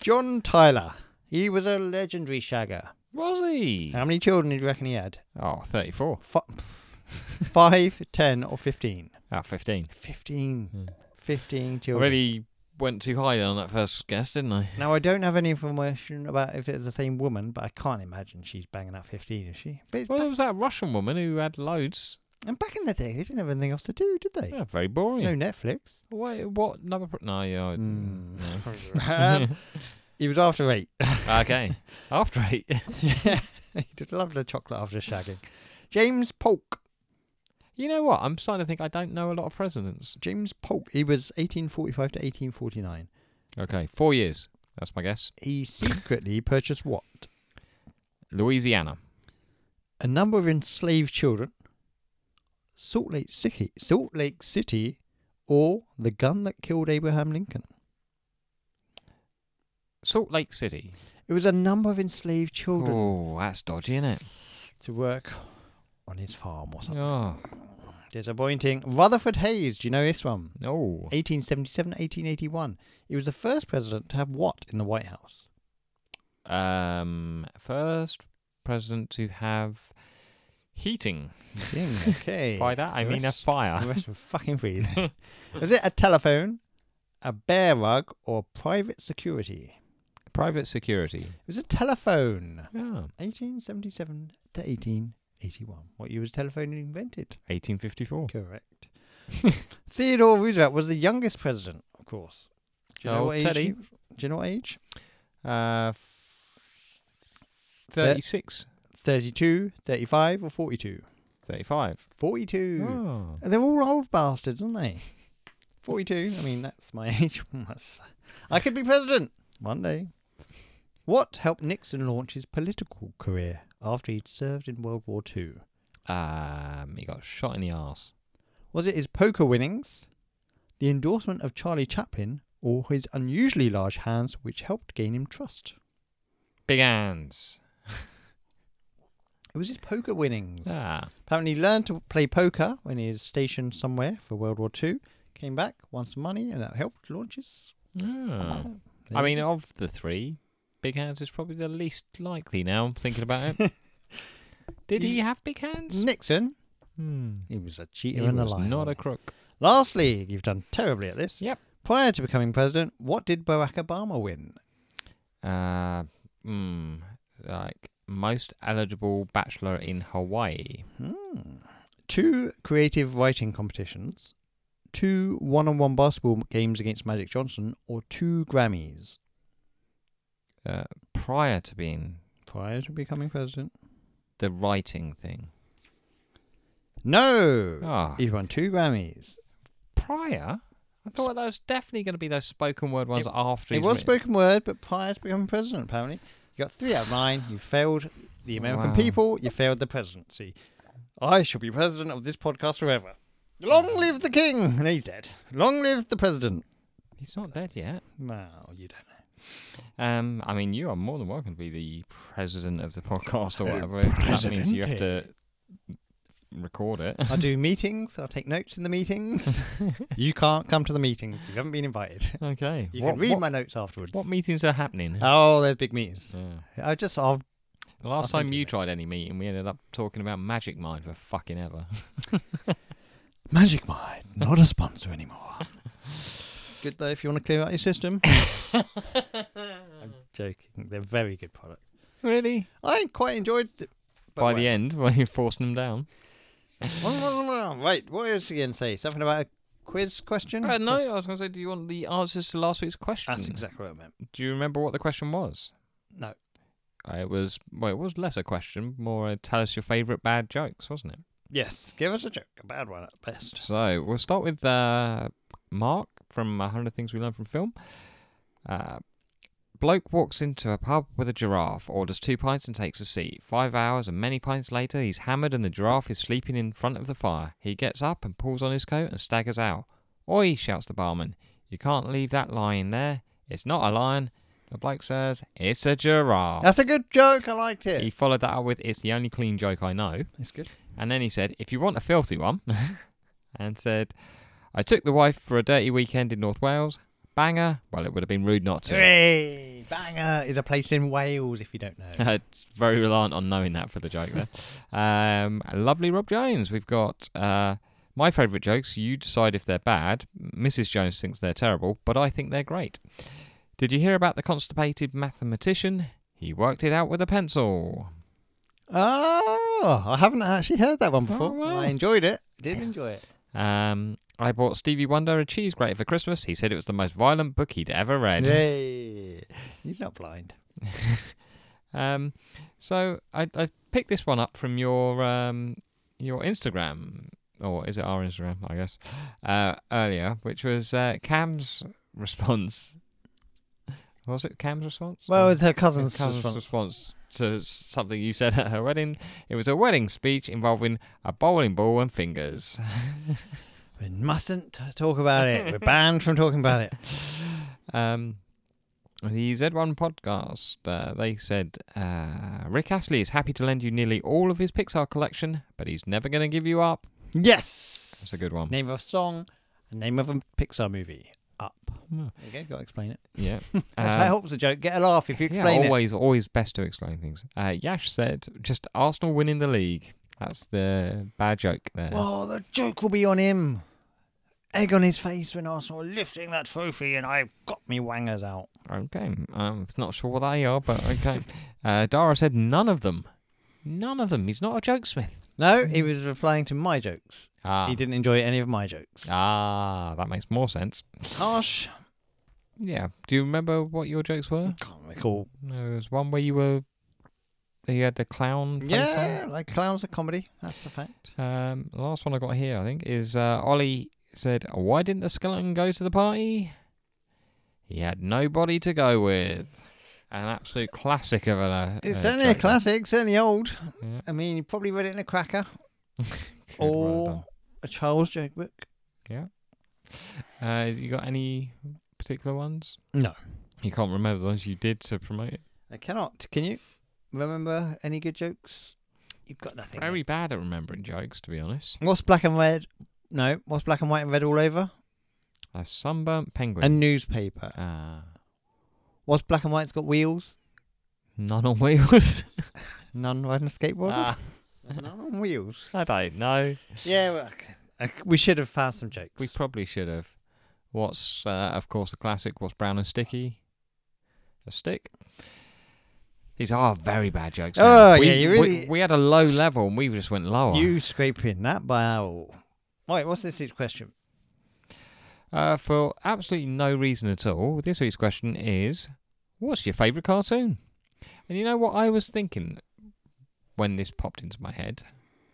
Speaker 1: John Tyler. He was a legendary shagger.
Speaker 2: was he?
Speaker 1: How many children do you reckon he had?
Speaker 2: Oh, 34.
Speaker 1: Fi (laughs) five, ten, or fifteen?
Speaker 2: Ah, 15.
Speaker 1: Fifteen.
Speaker 2: Hmm.
Speaker 1: Fifteen
Speaker 2: I
Speaker 1: children.
Speaker 2: really went too high on that first guess, didn't I?
Speaker 1: Now I don't have any information about if it's the same woman, but I can't imagine she's banging out fifteen, is she? But it's
Speaker 2: Well,
Speaker 1: back,
Speaker 2: there was that Russian woman who had loads.
Speaker 1: and back in the day, they didn't have anything else to do, did they?
Speaker 2: Yeah, very boring.
Speaker 1: No Netflix.
Speaker 2: Wait, what? Another pro- no, yeah. I-
Speaker 1: Mm. (laughs)
Speaker 2: no.
Speaker 1: Um, he was after eight. (laughs)
Speaker 2: okay. After eight.
Speaker 1: yeah, he did love the chocolate after shagging. James Polk.
Speaker 2: You know what? I'm starting to think I don't know a lot of presidents.
Speaker 1: James Polk. He was 1845 to 1849.
Speaker 2: Okay, four years. That's my guess.
Speaker 1: He secretly purchased what?
Speaker 2: Louisiana.
Speaker 1: A number of enslaved children, Salt Lake City, Salt Lake City, or the gun that killed Abraham Lincoln.
Speaker 2: Salt Lake City.
Speaker 1: It was a number of enslaved children
Speaker 2: Oh, that's dodgy, isn't it?
Speaker 1: to work on his farm or something.
Speaker 2: Oh,
Speaker 1: Disappointing. Rutherford Hayes. Do you know this one?
Speaker 2: no.
Speaker 1: 1877, 1881. He was the first president to have what in the White House?
Speaker 2: Um, first president to have heating. (laughs)
Speaker 1: okay.
Speaker 2: By that I
Speaker 1: The
Speaker 2: mean a
Speaker 1: rest- The (laughs)
Speaker 2: fire.
Speaker 1: rest were fucking free. (laughs) was it a telephone, a bear rug, or private security?
Speaker 2: Private security.
Speaker 1: It was a telephone.
Speaker 2: Yeah.
Speaker 1: 1877 to 1881. What year was telephone invented?
Speaker 2: 1854.
Speaker 1: Correct. (laughs) Theodore Roosevelt was the youngest president, of course. Do you know
Speaker 2: Oh,
Speaker 1: what age?
Speaker 2: Teddy.
Speaker 1: he- Do you know what age?
Speaker 2: Uh, f-
Speaker 1: Thir-
Speaker 2: 36.
Speaker 1: 32, 35, or 42?
Speaker 2: 35.
Speaker 1: 42.
Speaker 2: Oh.
Speaker 1: They're all old bastards, aren't they? 42. I mean, that's my (laughs) age. That's- I could be president one day. What helped Nixon launch his political career after he'd served in World War II?
Speaker 2: Um, he got shot in the arse.
Speaker 1: Was it his poker winnings, the endorsement of Charlie Chaplin, or his unusually large hands, which helped gain him trust.
Speaker 2: Big hands.
Speaker 1: It was his poker winnings.
Speaker 2: Ah.
Speaker 1: Apparently, he learned to play poker when he was stationed somewhere for World War II. Came back, won some money, and that helped launch his.
Speaker 2: Ah.
Speaker 1: There
Speaker 2: I
Speaker 1: you
Speaker 2: mean,
Speaker 1: go.
Speaker 2: of the three, Big Hands is probably the least likely now, I'm thinking
Speaker 1: (laughs)
Speaker 2: about it. Did
Speaker 1: He's-
Speaker 2: he have big hands?
Speaker 1: Nixon.
Speaker 2: Hmm.
Speaker 1: He was a
Speaker 2: He
Speaker 1: cheater and a
Speaker 2: was
Speaker 1: liar.
Speaker 2: not a crook.
Speaker 1: Lastly, you've done terribly at this.
Speaker 2: Yep.
Speaker 1: Prior to becoming president, what did Barack Obama win?
Speaker 2: Uh, hmm. Like, most eligible bachelor in Hawaii.
Speaker 1: Hmm. Two creative writing competitions, two one on one basketball games against Magic Johnson, or two Grammys
Speaker 2: Uh, prior to being
Speaker 1: prior to becoming president?
Speaker 2: the writing thing.
Speaker 1: No!
Speaker 2: Ah,
Speaker 1: He's won two Grammys.
Speaker 2: prior? I thought that was definitely going to be those spoken word ones after
Speaker 1: it
Speaker 2: he's
Speaker 1: was
Speaker 2: written.
Speaker 1: spoken word, but prior to becoming president, apparently. You got three out of nine. You failed the American
Speaker 2: Wow.
Speaker 1: people. You failed the presidency. I shall be president of this podcast forever. Long live the king! And he's dead. Long live the president.
Speaker 2: He's not dead yet.
Speaker 1: Well, you don't know.
Speaker 2: Um, I mean, you are more than welcome to be the president of the
Speaker 1: (laughs)
Speaker 2: podcast or whatever. that means you have to record it. (laughs)
Speaker 1: I do meetings. I take notes in the (laughs) meetings. you can't come to the meetings. You haven't been invited. (laughs)
Speaker 2: okay.
Speaker 1: You
Speaker 2: what,
Speaker 1: can read
Speaker 2: what,
Speaker 1: my notes afterwards.
Speaker 2: what meetings are happening?
Speaker 1: oh, there's big meetings.
Speaker 2: Yeah.
Speaker 1: I just, I'll,
Speaker 2: The last
Speaker 1: I'll
Speaker 2: time
Speaker 1: think
Speaker 2: you
Speaker 1: of it.
Speaker 2: tried any meeting, we ended up talking about Magic Mind for fucking (laughs) ever.
Speaker 1: Magic Mind, not a sponsor (laughs) anymore. good though if you want to clear out your system. I'm joking. They're very good product.
Speaker 2: really?
Speaker 1: I quite enjoyed. The,
Speaker 2: By the end, when you're forcing them down.
Speaker 1: end. right, what is he going to say? Something about a quiz question?
Speaker 2: Uh, no, I was going to say, do you want the answers to last week's question?
Speaker 1: That's exactly what I meant.
Speaker 2: Do you remember what the question was?
Speaker 1: No.
Speaker 2: Uh, It was well, it was less a question, more a tell us your favourite bad jokes, wasn't it?
Speaker 1: Yes, give us a joke. A bad one at best.
Speaker 2: So we'll start with uh, Mark from 100 Things We Learned from Film. Uh, bloke walks into a pub with a giraffe, orders two pints and takes a seat. Five hours and many pints later, he's hammered and the giraffe is sleeping in front of the fire. He gets up and pulls on his coat and staggers out. Oi, shouts the barman. You can't leave that lion there. It's not a lion. The bloke says, It's a giraffe.
Speaker 1: That's a good joke. I liked it.
Speaker 2: He followed that up with, It's the only clean joke I know.
Speaker 1: It's good.
Speaker 2: And then he said, If you want a filthy one, (laughs) and said, I took the wife for a dirty weekend in North Wales. Banger. Well, it would have been rude not (laughs) to.
Speaker 1: Hey, Banger is a place in Wales, if you don't
Speaker 2: (laughs)
Speaker 1: know.
Speaker 2: it's very reliant on knowing that for the joke there. um, lovely Rob Jones. We've got uh, my favourite jokes. You decide if they're bad. Mrs. Jones thinks they're terrible, but I think they're great. Did you hear about the constipated mathematician? He worked it out with a pencil.
Speaker 1: oh, I haven't actually heard that one before.
Speaker 2: Oh, wow.
Speaker 1: I enjoyed it. Did enjoy it.
Speaker 2: Um, I bought Stevie Wonder a cheese grater for Christmas. He said it was the most violent book he'd ever read.
Speaker 1: Hey, he's not blind.
Speaker 2: Um, so I, I picked this one up from your um, your Instagram, or is it our Instagram? I guess uh, earlier, which was uh, Cam's response. Was it Cam's response?
Speaker 1: Well,
Speaker 2: Or-
Speaker 1: it's her cousin's,
Speaker 2: his
Speaker 1: response.
Speaker 2: cousin's response to s- something you said at her wedding. It was a wedding speech involving a bowling ball and fingers.
Speaker 1: We mustn't t- talk about it. We're banned from talking about
Speaker 2: (laughs)
Speaker 1: it.
Speaker 2: Um, the Z1 podcast, uh, they said uh, Rick Astley is happy to lend you nearly all of his Pixar collection, but he's never going to give you up.
Speaker 1: Yes.
Speaker 2: That's a good one.
Speaker 1: Name of a song, and name of a Pixar movie. Up.
Speaker 2: Hmm.
Speaker 1: There you go. Got to explain it.
Speaker 2: Yeah.
Speaker 1: That's-
Speaker 2: Um,
Speaker 1: that helps the joke. Get a laugh if you
Speaker 2: yeah,
Speaker 1: explain it.
Speaker 2: always, always best to explain things. Uh, Yash said, just Arsenal winning the league. That's the bad joke there.
Speaker 1: Well, the joke will be on him. Egg on his face when Arsenal are lifting that trophy, and I got me wangers out.
Speaker 2: Okay. I'm not sure what they are, but okay. (laughs) uh, Dara said, none of them. None of them. He's not a jokesmith.
Speaker 1: No, he was replying to my jokes.
Speaker 2: Ah,
Speaker 1: He didn't enjoy any of my jokes.
Speaker 2: ah, that makes more sense.
Speaker 1: Harsh.
Speaker 2: Yeah. Do you remember what your jokes were?
Speaker 1: Can't recall.
Speaker 2: There was one where you were, you had the clown. face
Speaker 1: Yeah, like clowns are comedy. That's the fact.
Speaker 2: on. Um, the last one I got here, I think, is uh, Ollie said, "Why didn't the skeleton go to the party? He had nobody to go with." An absolute classic of a. uh,
Speaker 1: It's certainly a
Speaker 2: joke there.
Speaker 1: classic, certainly old.
Speaker 2: Yeah.
Speaker 1: I mean, you probably read it in a cracker
Speaker 2: Good, well
Speaker 1: or
Speaker 2: done.
Speaker 1: a Charles joke book.
Speaker 2: Uh, you got any particular ones?
Speaker 1: No.
Speaker 2: You can't remember the ones you did to promote it.
Speaker 1: I cannot. Can you remember any good jokes? You've got nothing.
Speaker 2: Very bad at remembering jokes, to be honest.
Speaker 1: What's black and red? No. What's black and white and red all over?
Speaker 2: A sunburnt penguin.
Speaker 1: A newspaper.
Speaker 2: Ah,
Speaker 1: What's black and white's got wheels?
Speaker 2: none on wheels.
Speaker 1: None riding a
Speaker 2: (laughs)
Speaker 1: skateboard.
Speaker 2: Ah,
Speaker 1: (laughs) None on
Speaker 2: (laughs)
Speaker 1: wheels.
Speaker 2: I don't know.
Speaker 1: Yeah. Well, okay. Uh, we should have found some jokes. Oh.
Speaker 2: We probably should have. What's, uh, of course, the classic? What's brown and sticky? A stick. These are very bad jokes. now.
Speaker 1: Oh,
Speaker 2: we,
Speaker 1: yeah, you
Speaker 2: we-
Speaker 1: really-
Speaker 2: We, had a low level and we just went lower.
Speaker 1: you scraping that barrel. Right. What's this week's
Speaker 2: (laughs)
Speaker 1: question?
Speaker 2: Uh, for absolutely no reason at all, this week's question is What's your favourite cartoon? And you know what I was thinking when this popped into my head?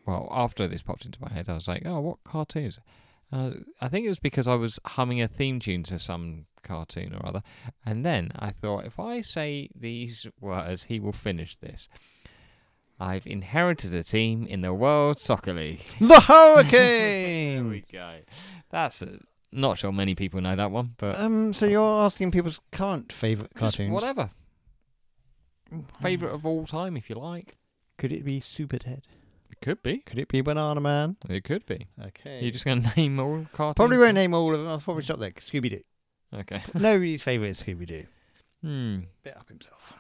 Speaker 2: Well, after this popped into my head, I was like, Oh, what cartoons? Uh, I think it was because I was humming a theme tune to some cartoon or other. And then I thought, if I say these words, he will finish this. I've inherited a team in the World Soccer League. (laughs)
Speaker 1: The
Speaker 2: There
Speaker 1: hurricane.
Speaker 2: we go. That's a, not sure many people know that one, but
Speaker 1: um. So you're asking people's current favourite
Speaker 2: Just
Speaker 1: cartoons? Mm,
Speaker 2: whatever.
Speaker 1: Hmm.
Speaker 2: Favorite of all time, if you like.
Speaker 1: Could it be Superhead?
Speaker 2: It could be.
Speaker 1: Could it be Banana Man?
Speaker 2: It could be.
Speaker 1: Okay.
Speaker 2: You're just gonna (laughs) name all cartoons.
Speaker 1: Probably won't name all of them. I'll probably stop there. Scooby Doo.
Speaker 2: Okay.
Speaker 1: (laughs) Nobody's favourite is Scooby Doo.
Speaker 2: Hmm.
Speaker 1: Bit up himself.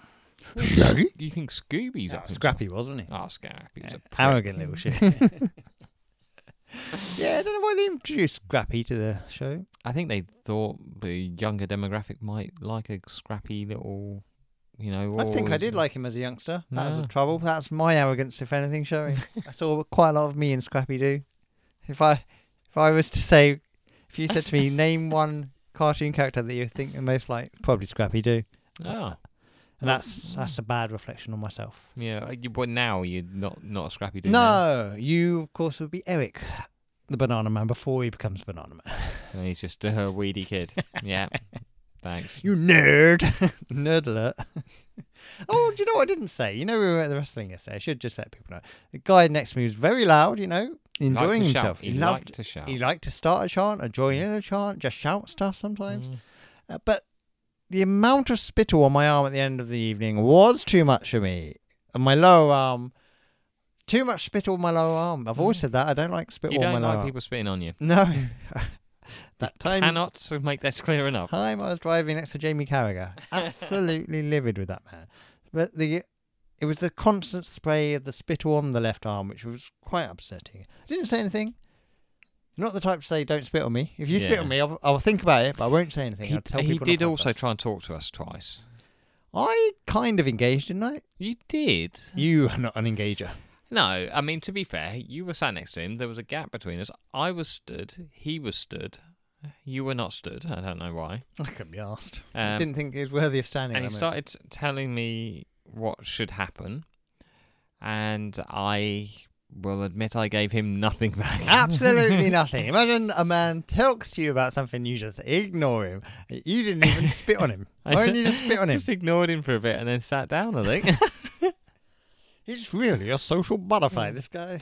Speaker 2: Scooby? You think Scooby's
Speaker 1: Ah,
Speaker 2: up?
Speaker 1: Scrappy, wasn't he?
Speaker 2: himself? Oh, Scrappy was a prick.
Speaker 1: Arrogant little shit. (laughs) yeah, I don't know why they introduced Scrappy to the show.
Speaker 2: I think they thought the younger demographic might like a scrappy little, you know.
Speaker 1: I think I
Speaker 2: always-
Speaker 1: did like him as a youngster. That's the
Speaker 2: Yeah.
Speaker 1: trouble. That's my arrogance, if anything, showing. I saw quite a lot of me in Scrappy Doo. If I, if I was to say, if you said to (laughs) me, name one cartoon character that you think the most like, probably Scrappy Doo,
Speaker 2: (laughs) Ah,
Speaker 1: and that's that's a bad reflection on myself.
Speaker 2: yeah. uh, You, but now you're not not a scrappy dude. now.
Speaker 1: No, you of course would be Eric, the Banana Man, before he becomes Banana Man.
Speaker 2: And he's just a weedy kid.
Speaker 1: (laughs)
Speaker 2: yeah. Thanks.
Speaker 1: You
Speaker 2: (laughs)
Speaker 1: nerd. nerd alert. (laughs) oh, do you know what I didn't say? You know, we were at the wrestling yesterday. I should just let people know. The guy next to me was very loud, you know,
Speaker 2: Liked to
Speaker 1: enjoying
Speaker 2: shout.
Speaker 1: himself.
Speaker 2: He,
Speaker 1: loved
Speaker 2: liked to shout.
Speaker 1: He liked to start a chant or join in a chant, just shout stuff sometimes.
Speaker 2: Mm.
Speaker 1: Uh, but the amount of spittle on my arm at the end of the evening was too much for me. And my lower arm, too much spittle on my lower arm. I've always
Speaker 2: Mm.
Speaker 1: said that. I don't like spittle
Speaker 2: You
Speaker 1: on my
Speaker 2: don't
Speaker 1: lower
Speaker 2: like
Speaker 1: arm.
Speaker 2: people Mm. spitting on you.
Speaker 1: No. (laughs) that time
Speaker 2: Cannot so make this clear enough.
Speaker 1: time I was driving next to Jamie
Speaker 2: (laughs)
Speaker 1: Carragher. Absolutely livid with that man. But the it was the constant spray of the spittle on the left arm, which was quite upsetting. I didn't say anything. I'm not the type to say don't spit on me. If you spit
Speaker 2: Yeah.
Speaker 1: on me, I'll, I'll think about it, but I won't say anything.
Speaker 2: He,
Speaker 1: I'll tell
Speaker 2: he
Speaker 1: people not
Speaker 2: did
Speaker 1: to
Speaker 2: also
Speaker 1: approach.
Speaker 2: try and talk to us twice.
Speaker 1: I kind of engaged, didn't
Speaker 2: (laughs)
Speaker 1: I?
Speaker 2: You did?
Speaker 1: You are not an engager.
Speaker 2: No, I mean to be fair, you were sat next to him. There was a gap between us. I was stood. He was stood. You were not stood. I don't know why.
Speaker 1: I couldn't be asked. I
Speaker 2: Um,
Speaker 1: didn't think it was worthy of standing.
Speaker 2: and
Speaker 1: I
Speaker 2: he
Speaker 1: mean.
Speaker 2: started t- telling me what should happen, and I will admit I gave him nothing (laughs) back.
Speaker 1: Ah,
Speaker 2: (laughs)
Speaker 1: Absolutely nothing. Imagine a man talks to you about something, you just ignore him. You didn't even spit on him.
Speaker 2: I-
Speaker 1: Why didn't you just spit on him?
Speaker 2: (laughs) Just ignored him for a bit and then sat down.
Speaker 1: (laughs)
Speaker 2: I think.
Speaker 1: He's really a social butterfly, this guy.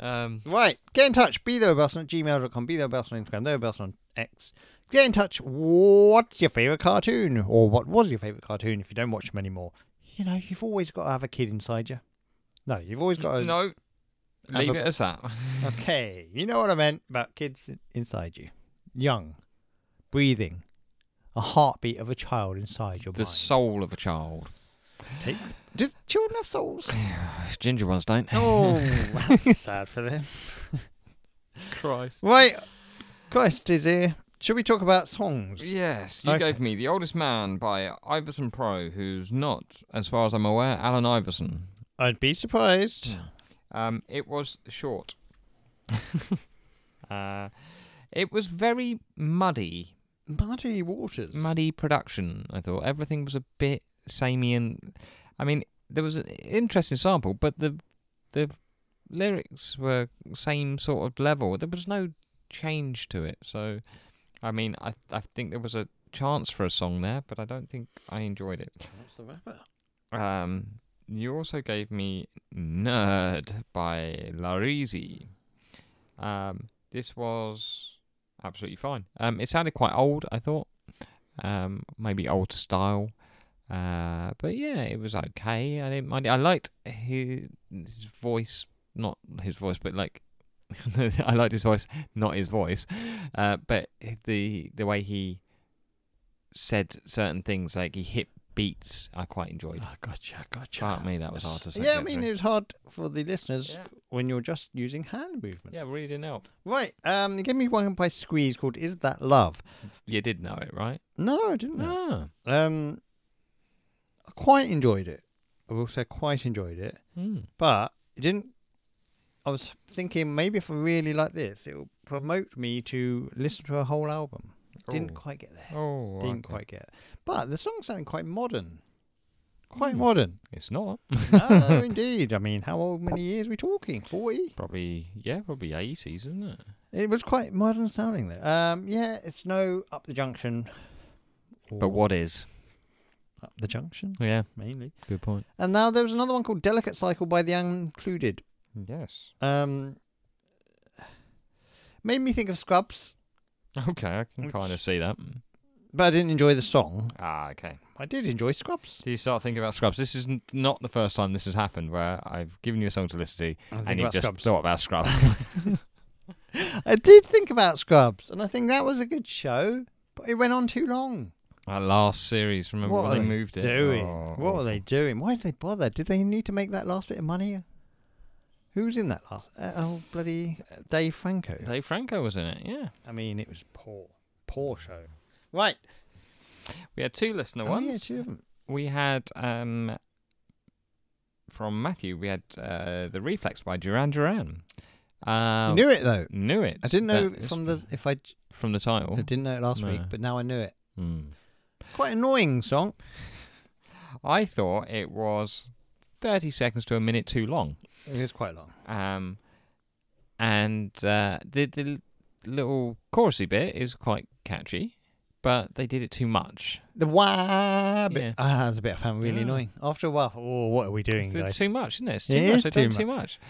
Speaker 2: um,
Speaker 1: Right, get in touch. Be there Belson at gmail.com. Be there Belson on Instagram. There Belson on X. Get in touch. What's your favourite cartoon? Or what was your favourite cartoon if you don't watch them anymore? You know, you've always got to have a kid inside you. No, you've always got to.
Speaker 2: no,
Speaker 1: have
Speaker 2: leave
Speaker 1: a-
Speaker 2: it as that.
Speaker 1: (laughs) Okay, you know what I meant about kids in- inside you. Young, breathing, a heartbeat of a child inside your
Speaker 2: the
Speaker 1: mind.
Speaker 2: soul of a child.
Speaker 1: Take- Do children have (laughs) souls?
Speaker 2: Ginger ones don't.
Speaker 1: oh, (laughs) that's sad for them.
Speaker 2: Christ.
Speaker 1: Right, Christ is here. Should we talk about songs?
Speaker 2: Yes, you
Speaker 1: Okay.
Speaker 2: gave me The Oldest Man by Iverson Pro, who's not, as far as I'm aware, Alan Iverson.
Speaker 1: I'd be surprised.
Speaker 2: Um, it was short. uh, it was very muddy,
Speaker 1: Muddy Waters.
Speaker 2: muddy production, I thought. Everything was a bit samey and. I mean, there was an interesting sample, but the the lyrics were same sort of level. There was no change to it. So, I mean, I I think there was a chance for a song there, but I don't think I enjoyed it.
Speaker 1: What's the rapper?
Speaker 2: Um, you also gave me Nerd by Larizi. Um, this was absolutely fine. Um, it sounded quite old, I thought. um, maybe old style. Uh, but yeah, it was okay. I didn't mind it. I liked his, his voice, not his voice, but like (laughs) I liked his voice, not his voice. Uh, but the the way he said certain things, like he hit beats, I quite enjoyed.
Speaker 1: Oh, gotcha, gotcha.
Speaker 2: Pardon me, that was hard to say.
Speaker 1: Yeah, I
Speaker 2: go
Speaker 1: mean,
Speaker 2: through.
Speaker 1: it was hard for the listeners
Speaker 2: Yeah.
Speaker 1: when you're just using hand movements.
Speaker 2: yeah, really didn't help.
Speaker 1: Right. Um, you gave me one by Squeeze called "Is That Love."
Speaker 2: You did know it, right?
Speaker 1: No, I didn't. know.
Speaker 2: Ah.
Speaker 1: Um, I quite enjoyed it. I will say, I quite enjoyed it,
Speaker 2: Mm.
Speaker 1: but it didn't. I was thinking maybe if I really like this, it will promote me to listen to a whole album. Didn't
Speaker 2: Oh.
Speaker 1: quite get there.
Speaker 2: Oh,
Speaker 1: Didn't
Speaker 2: okay.
Speaker 1: quite get. But the song sounded quite modern. Quite
Speaker 2: Hmm. (laughs)
Speaker 1: modern.
Speaker 2: It's not
Speaker 1: no, indeed. I mean, how old many years are we talking? Forty.
Speaker 2: probably. Yeah, probably eighties, isn't it?
Speaker 1: It was quite modern sounding there. Um, yeah, it's no up the junction.
Speaker 2: But
Speaker 1: or
Speaker 2: what is?
Speaker 1: up the junction
Speaker 2: Yeah,
Speaker 1: mainly?
Speaker 2: good point.
Speaker 1: And now there was another one called "Delicate Cycle" by the Uncluded.
Speaker 2: Yes.
Speaker 1: Um, made me think of Scrubs,
Speaker 2: Okay, I can kind of see that.
Speaker 1: but I didn't enjoy the song.
Speaker 2: Ah, okay.
Speaker 1: I did enjoy Scrubs.
Speaker 2: Do you start thinking about Scrubs? This is n- not the first time this has happened, where I've given you a song to listen to
Speaker 1: I
Speaker 2: and
Speaker 1: think
Speaker 2: you've
Speaker 1: about
Speaker 2: just
Speaker 1: Scrubs.
Speaker 2: thought
Speaker 1: (laughs)
Speaker 2: about Scrubs.
Speaker 1: I did think about Scrubs, and I think that was a good show, but it went on too long.
Speaker 2: that last series, remember
Speaker 1: what
Speaker 2: when
Speaker 1: are
Speaker 2: they moved it?
Speaker 1: doing?
Speaker 2: Oh,
Speaker 1: what
Speaker 2: awful.
Speaker 1: are they doing? Why did they bother? Did they need to make that last bit of money? Who's in that last? Uh, oh, bloody Dave Franco.
Speaker 2: Dave Franco was in it. Yeah,
Speaker 1: I mean, it was poor, poor show. Right.
Speaker 2: we had two listener
Speaker 1: Oh, yeah,
Speaker 2: ones.
Speaker 1: two of 'em.
Speaker 2: we had um from Matthew. We had uh, the Reflex by Duran Duran. Um,
Speaker 1: You knew it though.
Speaker 2: knew it.
Speaker 1: I didn't know
Speaker 2: That is-
Speaker 1: from the if I, j-
Speaker 2: from the title.
Speaker 1: I didn't know it last week,
Speaker 2: No.
Speaker 1: but now I knew it.
Speaker 2: Hmm.
Speaker 1: Quite annoying song.
Speaker 2: I thought it was thirty seconds to a minute too long.
Speaker 1: It was quite long.
Speaker 2: Um, and uh, the the l- little chorusy bit is quite catchy, but they did it too much.
Speaker 1: The wah bit.
Speaker 2: Yeah.
Speaker 1: Ah, that's a bit I found really
Speaker 2: Yeah.
Speaker 1: annoying. After a while, oh, what are we doing,
Speaker 2: It's
Speaker 1: guys?
Speaker 2: too much, isn't it? It's too
Speaker 1: It
Speaker 2: much.
Speaker 1: is
Speaker 2: They've
Speaker 1: too
Speaker 2: done too much.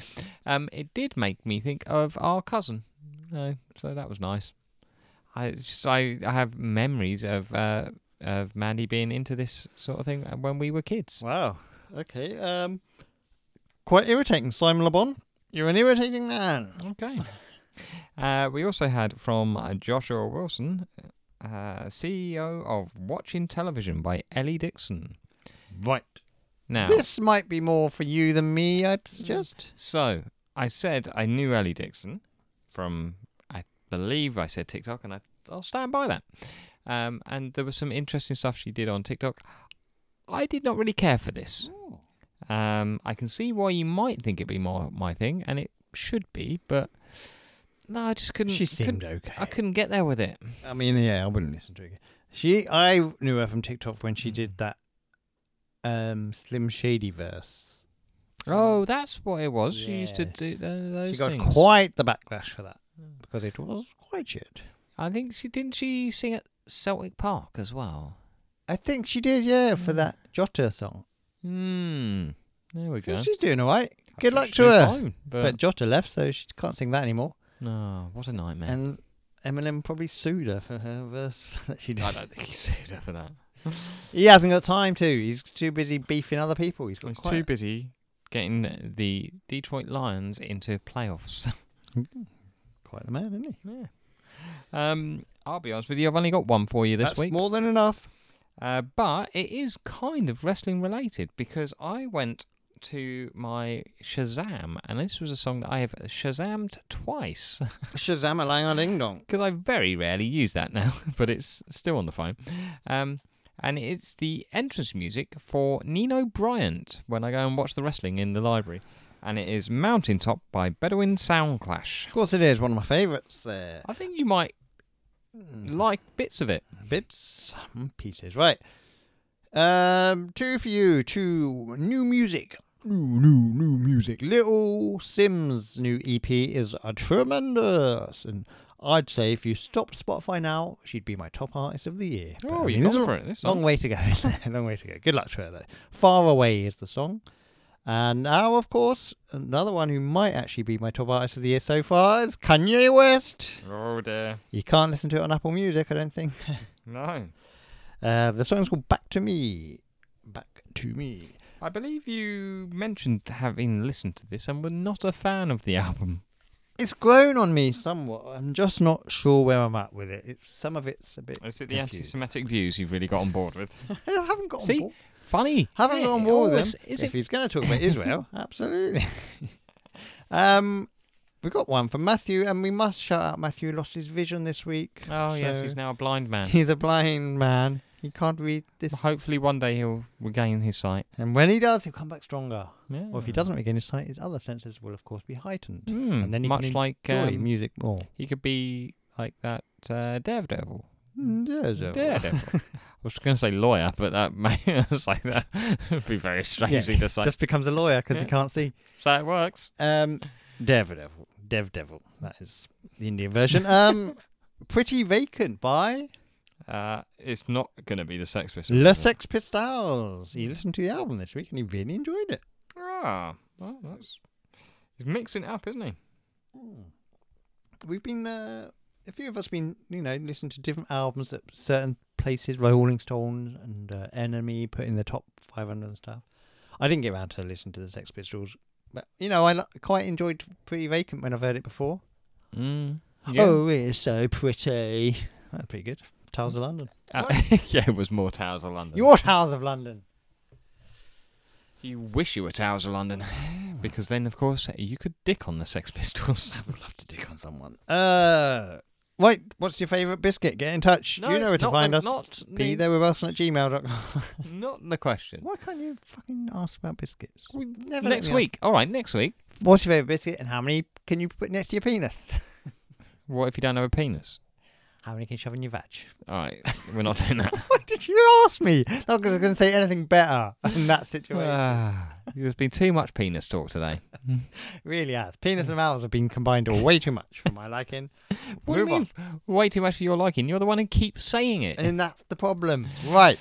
Speaker 2: Um, it did make me think of our cousin. No, so that was nice. I just, I, I have memories of uh, of Mandy being into this sort of thing when we were kids.
Speaker 1: Wow. Okay. Um, quite irritating, Simon Le Bon. You're an irritating man.
Speaker 2: Okay. (laughs) Uh, we also had from uh, Joshua Wilson, uh, CEO of Watching Television by Ellie Dixon.
Speaker 1: Right.
Speaker 2: Now,
Speaker 1: This might be more for you than me, I'd suggest.
Speaker 2: so I said I knew Ellie Dixon from, I believe I said TikTok, and I, I'll stand by that. Um, and there was some interesting stuff she did on TikTok. I did not really care for this. Um, I can see why you might think it'd be more my thing, and it should be, but no, I just couldn't.
Speaker 1: She
Speaker 2: couldn't-
Speaker 1: seemed okay.
Speaker 2: I couldn't get there with it.
Speaker 1: I mean, yeah, I wouldn't listen to it. again. She, I knew her from TikTok when she
Speaker 2: Hmm.
Speaker 1: did that um Slim Shady verse.
Speaker 2: Oh, that's what it was. She used to
Speaker 1: Yeah.
Speaker 2: do tho- those
Speaker 1: she got
Speaker 2: things. Hmm.
Speaker 1: quite the backlash for that because it was quite shit.
Speaker 2: I think she didn't. She sing at Celtic Park as well.
Speaker 1: I think she did, yeah, for
Speaker 2: Mm.
Speaker 1: that Jota song.
Speaker 2: Hmm. There we go.
Speaker 1: She's doing all right,
Speaker 2: I
Speaker 1: good
Speaker 2: think
Speaker 1: luck
Speaker 2: she's
Speaker 1: to her.
Speaker 2: fine, but,
Speaker 1: but Jota left, so she can't sing that anymore.
Speaker 2: no, what a nightmare.
Speaker 1: And Eminem probably sued her for her verse (laughs) that she did.
Speaker 2: I don't think he saved her
Speaker 1: (laughs)
Speaker 2: for that.
Speaker 1: He hasn't got time to. He's too busy beefing other people. He's got
Speaker 2: He's
Speaker 1: quite
Speaker 2: too busy getting the Detroit Lions
Speaker 1: (laughs)
Speaker 2: into playoffs.
Speaker 1: quite the man, isn't he?
Speaker 2: yeah. Um, I'll be honest with you. I've only got one for you this
Speaker 1: That's
Speaker 2: week.
Speaker 1: more than enough. (laughs)
Speaker 2: Uh, but it is kind of wrestling related because I went to my Shazam, and this was a song that I have Shazammed twice
Speaker 1: Shazam a lang a ding dong.
Speaker 2: because I very rarely use that now, (laughs) but it's still on the phone. Um, and it's the entrance music for Nino Bryant when I go and watch the wrestling in the library. And it is Mountaintop by Bedouin Soundclash.
Speaker 1: Of course, it is one of my favourites there. Hmm.
Speaker 2: I think you might like bits of it.
Speaker 1: Bits and pieces, right? Um, two for you. Two new music. New, new, new music. Little Sims' new EP is a tremendous, and I'd say if you stopped Spotify now, she'd be my top artist of the year. But, I
Speaker 2: Oh,
Speaker 1: mean,
Speaker 2: you're
Speaker 1: this is
Speaker 2: gone for it. This
Speaker 1: Long
Speaker 2: song.
Speaker 1: way to go. (laughs) Long way to go. Good luck to her, though. Far Away is the song. And now, of course, another one who might actually be my top artist of the year so far is Kanye West.
Speaker 2: Oh dear.
Speaker 1: You can't listen to it on Apple Music, I don't think.
Speaker 2: No.
Speaker 1: Uh, the song's called Back to Me. Back to Me.
Speaker 2: I believe you mentioned having listened to this and were not a fan of the album.
Speaker 1: It's grown on me somewhat. I'm just not sure where I'm at with it. It's some of it's a bit.
Speaker 2: Is it the
Speaker 1: confusing.
Speaker 2: anti-Semitic views you've really got on board with?
Speaker 1: (laughs) I haven't got
Speaker 2: See?
Speaker 1: on board.
Speaker 2: Funny.
Speaker 1: Haven't
Speaker 2: Yeah,
Speaker 1: got on
Speaker 2: it
Speaker 1: board with
Speaker 2: always-
Speaker 1: them.
Speaker 2: Is
Speaker 1: if
Speaker 2: it
Speaker 1: he's going to talk about
Speaker 2: (laughs)
Speaker 1: Israel, absolutely. (laughs) um, we got one from Matthew, and we must shout out Matthew lost his vision this week.
Speaker 2: Oh yes,
Speaker 1: So-
Speaker 2: he's now a blind man.
Speaker 1: He's a blind man. He can't read this.
Speaker 2: Hopefully, one day he'll regain his sight.
Speaker 1: And when he does, he'll come back stronger.
Speaker 2: Yeah.
Speaker 1: Or if he doesn't regain his sight, his other senses will, of course, be heightened.
Speaker 2: Mm,
Speaker 1: and then he
Speaker 2: much
Speaker 1: can
Speaker 2: like
Speaker 1: Joy,
Speaker 2: um,
Speaker 1: music oh, more.
Speaker 2: he could be like that uh, Daredevil. hmm.
Speaker 1: Mm, There's a-
Speaker 2: (laughs) Daredevil. I was going to say lawyer, but that (laughs) may it's like that would be very strange
Speaker 1: Yeah,
Speaker 2: to say.
Speaker 1: (laughs) Just becomes a lawyer because
Speaker 2: Yeah.
Speaker 1: he can't see.
Speaker 2: so it works.
Speaker 1: Um, Daredevil. Dev Devil. That is the Indian version. (laughs) Um, Pretty Vacant by
Speaker 2: Uh, it's not going to be the Sex Pistols.
Speaker 1: Le
Speaker 2: is it?
Speaker 1: Sex Pistols. He listened to the album this week and he really enjoyed it.
Speaker 2: Ah, well, that's he's mixing it up, isn't he?
Speaker 1: Mm. We've been, uh, a few of us been, you know, listening to different albums at certain places, Rolling Stones and uh, Enemy, put in the top 500 and stuff. I didn't get around to listening to the Sex Pistols, but, you know, I li- quite enjoyed Pretty Vacant when I've heard it before.
Speaker 2: Mm.
Speaker 1: Oh, it's so pretty. That's pretty good. Towers of London.
Speaker 2: Uh, (laughs) yeah, it was more Towers of London.
Speaker 1: Your Towers of London.
Speaker 2: You wish you were Towers
Speaker 1: (sighs)
Speaker 2: of London, because then, of course, you could dick on the Sex Pistols.
Speaker 1: would love to dick on someone. Uh, right. What's your favourite biscuit? Get in touch. you know where to
Speaker 2: not
Speaker 1: find
Speaker 2: the-
Speaker 1: us.
Speaker 2: Not
Speaker 1: Be
Speaker 2: the,
Speaker 1: there with us at gmail.com.
Speaker 2: not the question.
Speaker 1: (laughs) Why can't you fucking ask about biscuits?
Speaker 2: We-
Speaker 1: never let
Speaker 2: next
Speaker 1: me ask.
Speaker 2: week. All right, next week.
Speaker 1: What's your favourite biscuit and how many can you put next to your penis?
Speaker 2: What if you don't have a penis?
Speaker 1: (laughs) How many can you shove in your vag?
Speaker 2: All right, we're not doing that.
Speaker 1: (laughs) Why did you ask me? Not because I couldn't say anything better (laughs) in that situation. (laughs)
Speaker 2: Ah, there's been too much penis talk today.
Speaker 1: really has. Penis and mouths have been combined all way too much for my (laughs) liking.
Speaker 2: What do you
Speaker 1: Move on.
Speaker 2: mean? Way too much for your liking. You're the one who keeps saying it.
Speaker 1: And that's the problem. Right.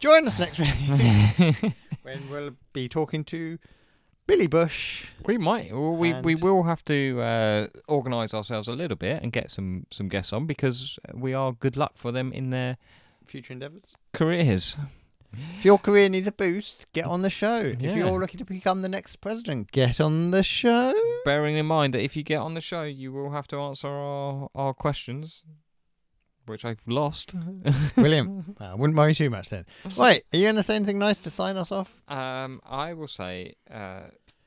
Speaker 1: Join us next week
Speaker 2: (laughs)
Speaker 1: when we'll be talking to Billy Bush.
Speaker 2: We might. Well, we, we
Speaker 1: And-
Speaker 2: will have to uh, organise ourselves a little bit and get some, some guests on because we are good luck for them in their
Speaker 1: Future endeavours.
Speaker 2: careers.
Speaker 1: If your career needs a boost, get on the show.
Speaker 2: Yeah.
Speaker 1: If you're looking to become the next president, get on the show.
Speaker 2: Bearing in mind that if you get on the show, you will have to answer our, our questions, which I've lost.
Speaker 1: William, I wouldn't worry too much then. Right, are you going to say anything nice to sign us off?
Speaker 2: (laughs) um, I will say. Uh,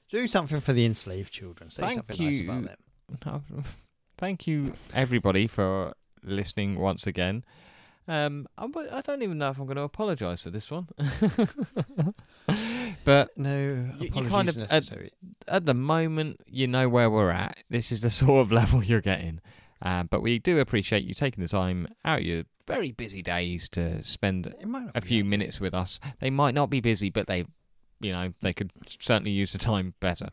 Speaker 1: Do something for the enslaved children. Say
Speaker 2: Thank
Speaker 1: something nice about
Speaker 2: you.
Speaker 1: them.
Speaker 2: No. (laughs) Thank you, everybody, for listening once again. Um, I, w- I don't even know if I'm going to apologise for this one, (laughs) but
Speaker 1: (laughs) No,
Speaker 2: You- you
Speaker 1: apologies
Speaker 2: kind of, uh,
Speaker 1: necessary.
Speaker 2: at the moment, you know where we're at. This is the (laughs) sort of level you're getting. Um, but we do appreciate you taking the time out of your very busy days to spend
Speaker 1: It might not
Speaker 2: a
Speaker 1: be
Speaker 2: few
Speaker 1: that.
Speaker 2: minutes with us. They might not be busy, but they, you know, they could certainly use the time better.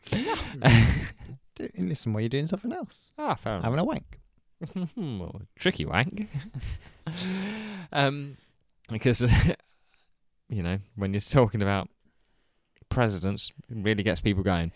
Speaker 1: Do, listen while you're doing something else.
Speaker 2: Ah, fair enough.
Speaker 1: Having a wank.
Speaker 2: Well, tricky wank. um, because (laughs) you know when you're talking about presidents, it really gets people going.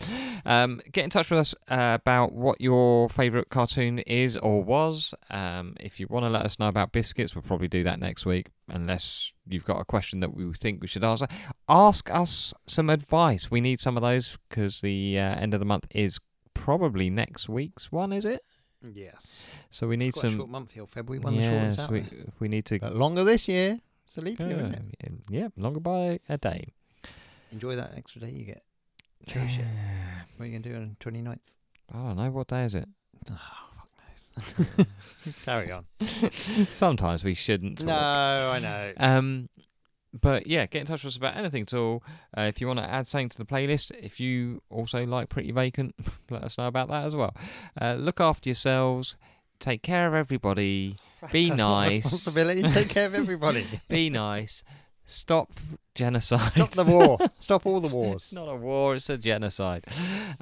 Speaker 2: Um, get in touch with us uh, about what your favourite cartoon is or was. Um, if you want to let us know about biscuits, we'll probably do that next week, unless you've got a question that we think we should answer. Ask us some advice. We need some of those because the uh, end of the month is probably next week's one, is it?
Speaker 1: Yes.
Speaker 2: So we need
Speaker 1: Quite a
Speaker 2: some
Speaker 1: short month here, February. One of the shortest out
Speaker 2: we,
Speaker 1: there.
Speaker 2: we need to.
Speaker 1: But longer this year. It's a leap year,
Speaker 2: Yeah,
Speaker 1: isn't it?
Speaker 2: yeah, longer by a day.
Speaker 1: Enjoy that extra day you get. Cherish it. What are you going to do on 29th?
Speaker 2: I don't know what day
Speaker 1: (laughs)
Speaker 2: is it. Ah, (laughs)
Speaker 1: Carry on.
Speaker 2: Sometimes we shouldn't. Talk.
Speaker 1: No, I know.
Speaker 2: Um, but yeah, get in touch with us about anything at all. Uh, if you want to add something to the playlist, if you also like Pretty Vacant, (laughs) let us know about that as well. Uh, look after yourselves. Take care of everybody.
Speaker 1: (laughs)
Speaker 2: Be
Speaker 1: That's not
Speaker 2: nice. (laughs)
Speaker 1: Responsibility. Take care of everybody.
Speaker 2: Be nice. Stop genocide.
Speaker 1: Stop the war. Stop all the wars.
Speaker 2: (laughs) It's not a war. It's a genocide.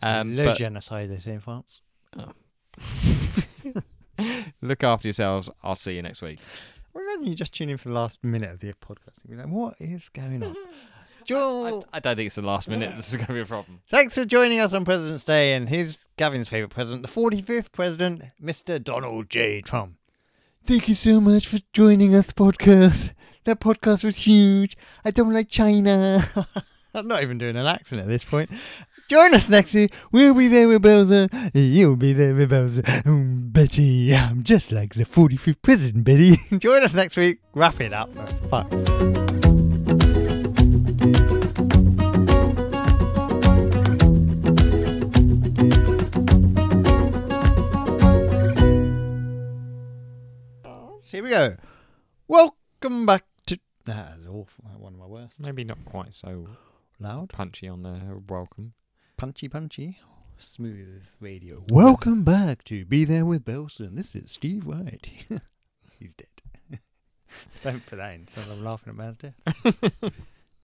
Speaker 2: Um,
Speaker 1: Le
Speaker 2: but-
Speaker 1: genocide, they say eh, in France.
Speaker 2: (laughs) Look after yourselves. I'll see you next week.
Speaker 1: Remember, you just tune in for the last minute of the podcast. You'll be like, what is going
Speaker 2: (laughs)
Speaker 1: on? Joel,
Speaker 2: I, I don't think it's the last minute. This is going to be a problem.
Speaker 1: thanks for joining us on President's Day. And here's Gavin's favourite president, the 45th president, Mr. Donald J. Trump. Thank you so much for joining us, podcast. That podcast was huge. I don't like China. (laughs) I'm not even doing an accent at this point. Join us next year. We'll be there with Bowser. You'll be there with Bowser. Mm, Betty, I'm just like the 45th president, Betty. (laughs) Join us next week. Wrap it up. for fuck's Here we go. Welcome back to. That is awful. One of my worst.
Speaker 2: Maybe not quite so
Speaker 1: Loud,
Speaker 2: punchy on the welcome.
Speaker 1: punchy, punchy, smooth radio. Welcome back to Be There with Belson. This is Steve White. (laughs) He's dead. Don't put that in. Someone I'm laughing at man's death.